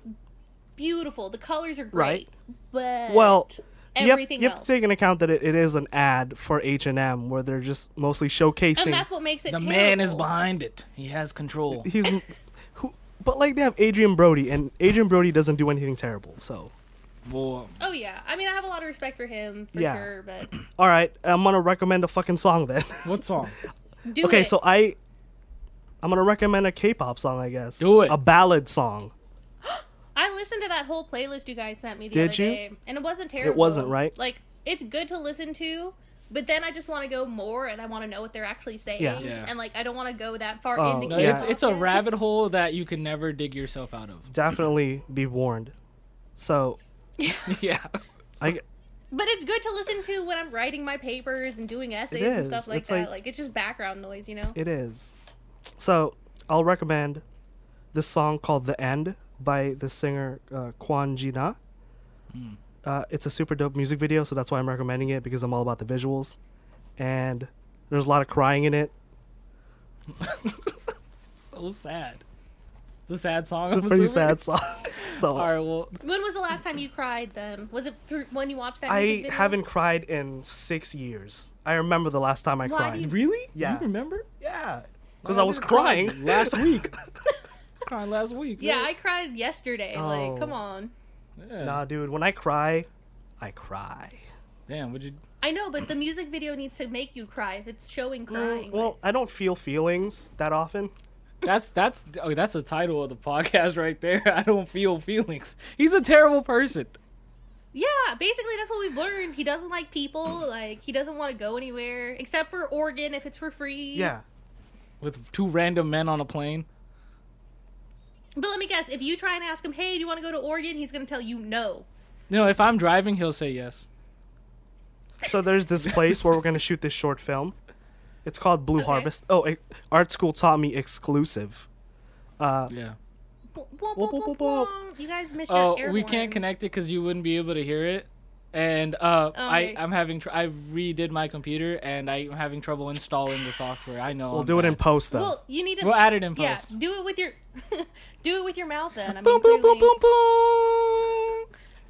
Speaker 2: Beautiful. The colors are
Speaker 3: Right.
Speaker 2: great. But
Speaker 3: Well, You have,
Speaker 2: everything
Speaker 3: you have to
Speaker 2: else.
Speaker 3: take into account that it, it is an ad for H and M where they're just mostly
Speaker 2: and
Speaker 3: showcasing.
Speaker 2: that's what makes it.
Speaker 1: the man is
Speaker 2: terrible.
Speaker 1: behind it. He
Speaker 3: (laughs)
Speaker 1: has control.
Speaker 3: He's who, but like they have Adrian Brody and Adrian Brody doesn't do anything terrible. So
Speaker 1: Well,
Speaker 2: Oh yeah. I mean, I have a lot of respect for him for
Speaker 3: Yeah.
Speaker 2: sure.
Speaker 3: (clears throat)
Speaker 2: But
Speaker 3: all right, I'm gonna recommend a fucking song
Speaker 2: (laughs)
Speaker 3: then.
Speaker 1: what song?
Speaker 2: do
Speaker 3: okay,
Speaker 2: it.
Speaker 3: so I I'm gonna recommend a K-pop song, I guess.
Speaker 1: Do it.
Speaker 3: A ballad song.
Speaker 2: I listened to that whole playlist you guys sent me the
Speaker 3: Did
Speaker 2: other
Speaker 3: you?
Speaker 2: day, and it wasn't terrible.
Speaker 3: wasn't, right?
Speaker 2: Like it's good to listen to, but then I just want to go more, and I want to know what they're actually saying,
Speaker 3: Yeah.
Speaker 1: Yeah.
Speaker 2: and like I don't want to go that far
Speaker 3: Oh,
Speaker 2: into.
Speaker 1: No,
Speaker 3: Yeah.
Speaker 1: it's it's a rabbit hole that you can never dig yourself out of. (laughs)
Speaker 3: Definitely be warned. So
Speaker 1: yeah.
Speaker 3: I
Speaker 2: But it's good to listen to when I'm writing my papers and doing essays
Speaker 3: It
Speaker 2: and
Speaker 3: is.
Speaker 2: stuff like
Speaker 3: It's
Speaker 2: that.
Speaker 3: like-
Speaker 2: Like, it's just background noise, you know.
Speaker 3: it is. So I'll recommend this song called "The End" by the singer uh, Kwan Jina.
Speaker 2: Hmm.
Speaker 3: Uh, it's a super dope music video, so that's why I'm recommending it because I'm all about the visuals, and there's a lot of crying in
Speaker 2: (laughs)
Speaker 3: it.
Speaker 1: So sad. It's a sad song.
Speaker 3: It's a
Speaker 1: I'm
Speaker 3: pretty
Speaker 1: assuming.
Speaker 3: sad song. (laughs) so
Speaker 1: All right. Well,
Speaker 2: When was the last time you cried? Then was it through, when you watched that? music
Speaker 3: I
Speaker 2: video?
Speaker 3: haven't cried in six years. I remember the last time I
Speaker 2: Why do
Speaker 3: cried.
Speaker 2: you-
Speaker 1: really?
Speaker 3: Yeah.
Speaker 1: You remember?
Speaker 3: Yeah, because
Speaker 1: I
Speaker 3: I was
Speaker 1: did
Speaker 3: crying.
Speaker 1: cry (laughs) last week. Crying last week.
Speaker 2: Yeah, I cried yesterday.
Speaker 3: Oh.
Speaker 2: Like, come on.
Speaker 3: (laughs)
Speaker 1: Yeah.
Speaker 3: nah, dude. When I cry, I cry.
Speaker 1: Damn. Would you?
Speaker 2: I know, but the music video needs to make you cry if it's showing crying. like-
Speaker 3: Well, I don't feel feelings that often.
Speaker 1: That's that's oh, that's the title of the podcast (laughs) right there. I don't feel feelings. He's a terrible person.
Speaker 2: Yeah, basically that's what we've learned. He doesn't like people.
Speaker 3: (clears throat)
Speaker 2: Like he doesn't want to go anywhere except for Oregon if it's for free.
Speaker 3: Yeah.
Speaker 1: With two random men on a plane.
Speaker 2: But let me guess. If you try and ask him, "Hey, do you want to go to Oregon?" He's gonna tell you no.
Speaker 1: You know, if I'm driving, he'll say yes.
Speaker 3: So there's this place where we're gonna shoot this short film. It's called Blue
Speaker 2: Okay.
Speaker 3: Harvest. Oh, eh, art school taught me exclusive. Uh,
Speaker 1: Yeah.
Speaker 2: Womp,
Speaker 3: Womp,
Speaker 2: womp, womp,
Speaker 3: womp, womp.
Speaker 2: womp. You guys missed
Speaker 1: Oh,
Speaker 2: your air
Speaker 1: we can't
Speaker 2: horn.
Speaker 1: connect it because you wouldn't be able to hear it. And uh, I,
Speaker 2: Oh, Okay.
Speaker 1: I'm having tr- I redid my computer and I'm having trouble installing the software. I know.
Speaker 3: we'll do it in post though.
Speaker 2: Well, you need to.
Speaker 1: We'll add it in
Speaker 2: yeah,
Speaker 1: post.
Speaker 2: do it with your, (laughs) do it with your mouth then. I mean,
Speaker 1: Boom, boom, boom,
Speaker 2: clearly-
Speaker 1: boom, boom.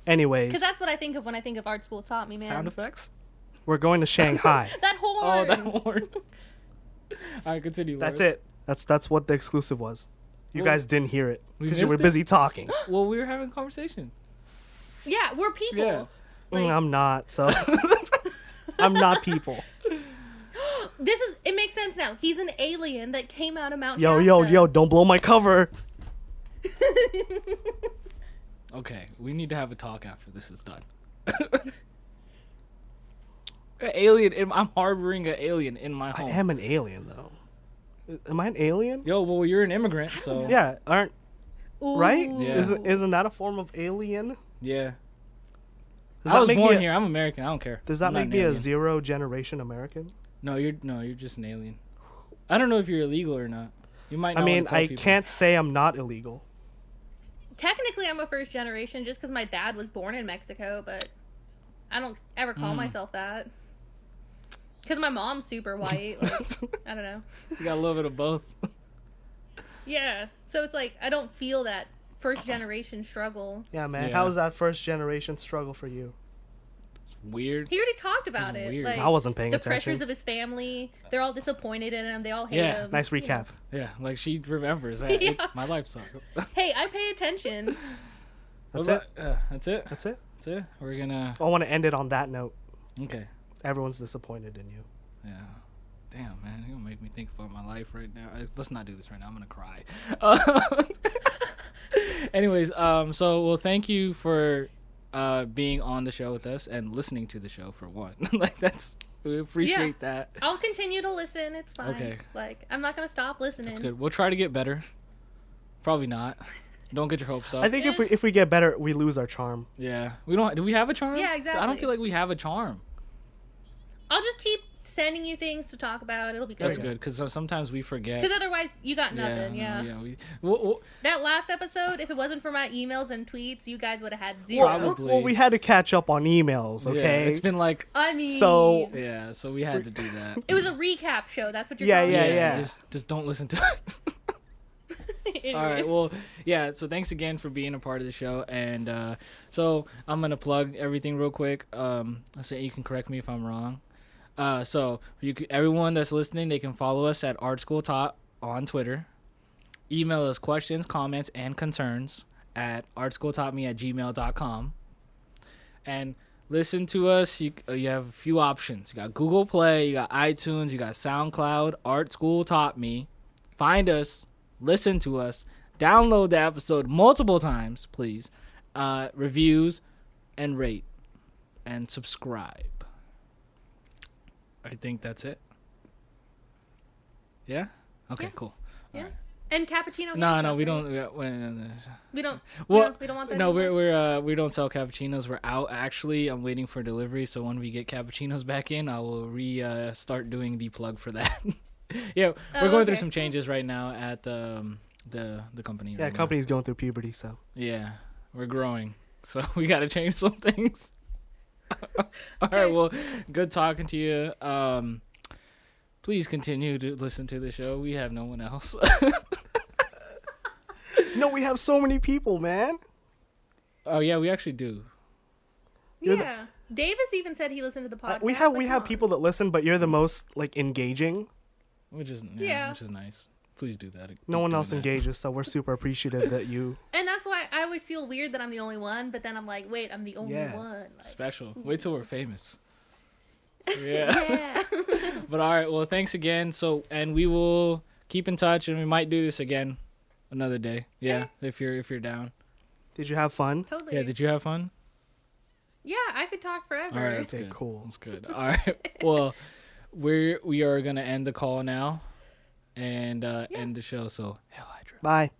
Speaker 3: Anyways,
Speaker 2: Because that's what I think of when I think of art school taught me, man.
Speaker 1: Sound effects.
Speaker 3: we're going to
Speaker 2: (laughs)
Speaker 3: Shanghai.
Speaker 2: that horn.
Speaker 1: Oh, that
Speaker 2: (laughs)
Speaker 1: horn. All right, continue.
Speaker 3: that's
Speaker 1: Lauren.
Speaker 3: it. That's that's what the exclusive was. You
Speaker 1: Well,
Speaker 3: guys didn't hear it
Speaker 1: we
Speaker 3: because you were
Speaker 1: missed it?
Speaker 3: busy
Speaker 2: (gasps)
Speaker 3: talking.
Speaker 1: Well, we were having a conversation.
Speaker 2: Yeah, we're people.
Speaker 1: Yeah.
Speaker 3: Mm, I'm not. (laughs) So I'm not
Speaker 2: (laughs)
Speaker 3: people.
Speaker 2: This is. It makes sense now. He's an alien that came out of Mount.
Speaker 3: Yo, yo,
Speaker 2: Shasta. (laughs)
Speaker 3: yo! Don't blow my cover.
Speaker 1: Okay, we need to have a talk after this is done. (laughs) An alien. In, I'm harboring an alien in my
Speaker 3: I
Speaker 1: home.
Speaker 3: am an alien though. Oh. Am I an alien?
Speaker 1: Yo, well, you're an immigrant, so
Speaker 3: Yeah, aren't right?
Speaker 2: Ooh.
Speaker 1: Yeah.
Speaker 3: Isn't isn't that a form of alien?
Speaker 1: yeah.
Speaker 3: Does
Speaker 1: I
Speaker 3: that
Speaker 1: was
Speaker 3: make me
Speaker 1: born
Speaker 3: a-
Speaker 1: here. I'm American. I don't care.
Speaker 3: Does that
Speaker 1: I'm not
Speaker 3: make
Speaker 1: an
Speaker 3: me a
Speaker 1: alien.
Speaker 3: zero generation American?
Speaker 1: No, you're no, you're just an alien. I don't know if you're illegal or not. You might. Not
Speaker 3: I
Speaker 1: wanna
Speaker 3: mean,
Speaker 1: tell
Speaker 3: I
Speaker 1: people.
Speaker 3: can't say I'm not illegal. (laughs)
Speaker 2: Technically, I'm a first generation just because my dad was born in Mexico, but I don't ever call
Speaker 1: Hmm.
Speaker 2: myself that. Because my mom's super
Speaker 1: (laughs)
Speaker 2: white. Like, I don't know.
Speaker 1: You got a little bit
Speaker 3: (laughs)
Speaker 1: of both.
Speaker 2: Yeah. So it's like, I don't feel that first generation struggle.
Speaker 3: Yeah, man.
Speaker 1: Yeah.
Speaker 3: How was that first generation struggle for you?
Speaker 1: It's weird.
Speaker 2: He already talked about it.
Speaker 1: weird.
Speaker 2: Like,
Speaker 3: I wasn't paying
Speaker 2: the
Speaker 3: attention.
Speaker 2: pressures of his family. They're all disappointed in him. They all hate
Speaker 1: Yeah,
Speaker 2: him.
Speaker 3: nice recap.
Speaker 1: Yeah, like she
Speaker 2: (laughs)
Speaker 1: remembers. that. It-
Speaker 2: Yeah.
Speaker 1: my life sucks. What
Speaker 2: Hey, I pay attention.
Speaker 3: That's
Speaker 1: about-
Speaker 3: it.
Speaker 1: uh, that's it.
Speaker 3: That's it.
Speaker 1: That's it. We're gonna.
Speaker 3: I want to end it on that note.
Speaker 1: Okay.
Speaker 3: Everyone's disappointed in you.
Speaker 1: Yeah. Damn, man, you're gonna make me think about my life right now. I, let's not do this right now. I'm gonna cry. (laughs) Uh, anyways, um, so well, thank you for uh being on the show with us and listening to the show for one. (laughs) like that's we appreciate that.
Speaker 2: I'll continue to listen. It's fine.
Speaker 1: Okay.
Speaker 2: Like, I'm not going to stop listening.
Speaker 1: It's good. We'll try to get better.
Speaker 2: (laughs)
Speaker 1: Probably not. Don't get your hopes up.
Speaker 3: I think if we if we get better, we lose our charm.
Speaker 1: yeah. We don't. Do we have a charm?
Speaker 2: Yeah,
Speaker 1: I don't
Speaker 2: exactly.
Speaker 1: feel like we have a charm.
Speaker 2: I'll just keep sending you things to talk about. It'll be good.
Speaker 1: That's good because sometimes we forget.
Speaker 2: Because otherwise, you got
Speaker 1: yeah.
Speaker 2: nothing.
Speaker 1: no,
Speaker 2: Yeah.
Speaker 1: Yeah. We, well, well,
Speaker 2: That last episode, if it wasn't for my emails and tweets, you guys would have had zero.
Speaker 1: Probably.
Speaker 3: Well, we had to catch up on emails.
Speaker 1: yeah,
Speaker 3: Okay.
Speaker 1: It's been like.
Speaker 2: I mean,
Speaker 3: So-
Speaker 1: Yeah. So we had to do that.
Speaker 2: (laughs) it was a recap show. That's what you're
Speaker 3: Yeah,
Speaker 2: calling
Speaker 3: yeah,
Speaker 2: it. (laughs)
Speaker 3: yeah.
Speaker 1: Just, just don't listen to it. (laughs)
Speaker 2: Anyways.
Speaker 1: All right. Well, yeah. So thanks again for being a part of the show. And uh, so I'm gonna plug everything real quick. Um, I say you can correct me if I'm wrong. Uh, so you c everyone that's listening, they can follow us at Art School Top on Twitter. Email us questions, comments, and concerns at artschooltopme at gmail.com. And listen to us. You, uh, you have a few options. You got Google Play, you got iTunes, you got SoundCloud, Art School Taught Me. Find us, listen to us, download the episode multiple times, please. Uh, reviews and rate and subscribe. I think that's it. Yeah? Okay, cool.
Speaker 2: And cappuccino.
Speaker 1: No,
Speaker 2: Happy
Speaker 1: no, we
Speaker 2: Hour.
Speaker 1: don't. we- we-
Speaker 2: We don't.
Speaker 1: well,
Speaker 2: no, we don't want that.
Speaker 1: no, we're,
Speaker 2: anymore.
Speaker 1: we're uh, we don't sell cappuccinos. We're out actually. I'm waiting for delivery. So when we get cappuccinos back in, I will re uh, start doing the plug for that. (laughs) yeah,
Speaker 2: Oh,
Speaker 1: we're going through
Speaker 2: okay.
Speaker 1: some changes right now at um, the the company.
Speaker 3: yeah,
Speaker 1: right now.
Speaker 3: company's going through puberty, so
Speaker 1: Yeah, we're growing, so (laughs) we got to change some things. (laughs) All right.
Speaker 2: Okay.
Speaker 1: Well, good talking to you. Um, please continue to listen to the show. We have no one else. (laughs)
Speaker 3: no, we have so many people, man.
Speaker 1: oh yeah, we actually do.
Speaker 3: you're the-
Speaker 2: yeah. Davis even said he listened to the
Speaker 3: Uh,
Speaker 2: podcast.
Speaker 3: we have
Speaker 2: like,
Speaker 3: we
Speaker 2: come
Speaker 3: have
Speaker 2: on.
Speaker 3: people that listen, but you're the most like engaging.
Speaker 1: Which is yeah,
Speaker 2: Yeah.
Speaker 1: which is nice. Please do that.
Speaker 3: No
Speaker 1: Keep
Speaker 3: one
Speaker 1: doing
Speaker 3: else
Speaker 1: that.
Speaker 3: engages, so we're super appreciative that you.
Speaker 2: And that's why I always feel weird that I'm the only one. But then I'm like, wait, I'm the only
Speaker 3: Yeah.
Speaker 2: one. Like,
Speaker 1: Special. Wait till we're famous.
Speaker 2: (laughs)
Speaker 1: Yeah. (laughs)
Speaker 2: yeah.
Speaker 1: but all right. Well, thanks again. So, and we will keep in touch, and we might do this again another day. Yeah, if you're if you're down.
Speaker 3: Did you have fun?
Speaker 2: totally.
Speaker 1: Yeah.
Speaker 2: Yeah,
Speaker 1: Did you have fun?
Speaker 2: I could talk forever.
Speaker 1: All right. That's
Speaker 3: Okay,
Speaker 1: good.
Speaker 3: cool.
Speaker 1: That's good. All right. (laughs) Well, we're we are gonna end the call now, and uh
Speaker 2: Yeah.
Speaker 1: end the show. So, hell, Hydra.
Speaker 3: Bye.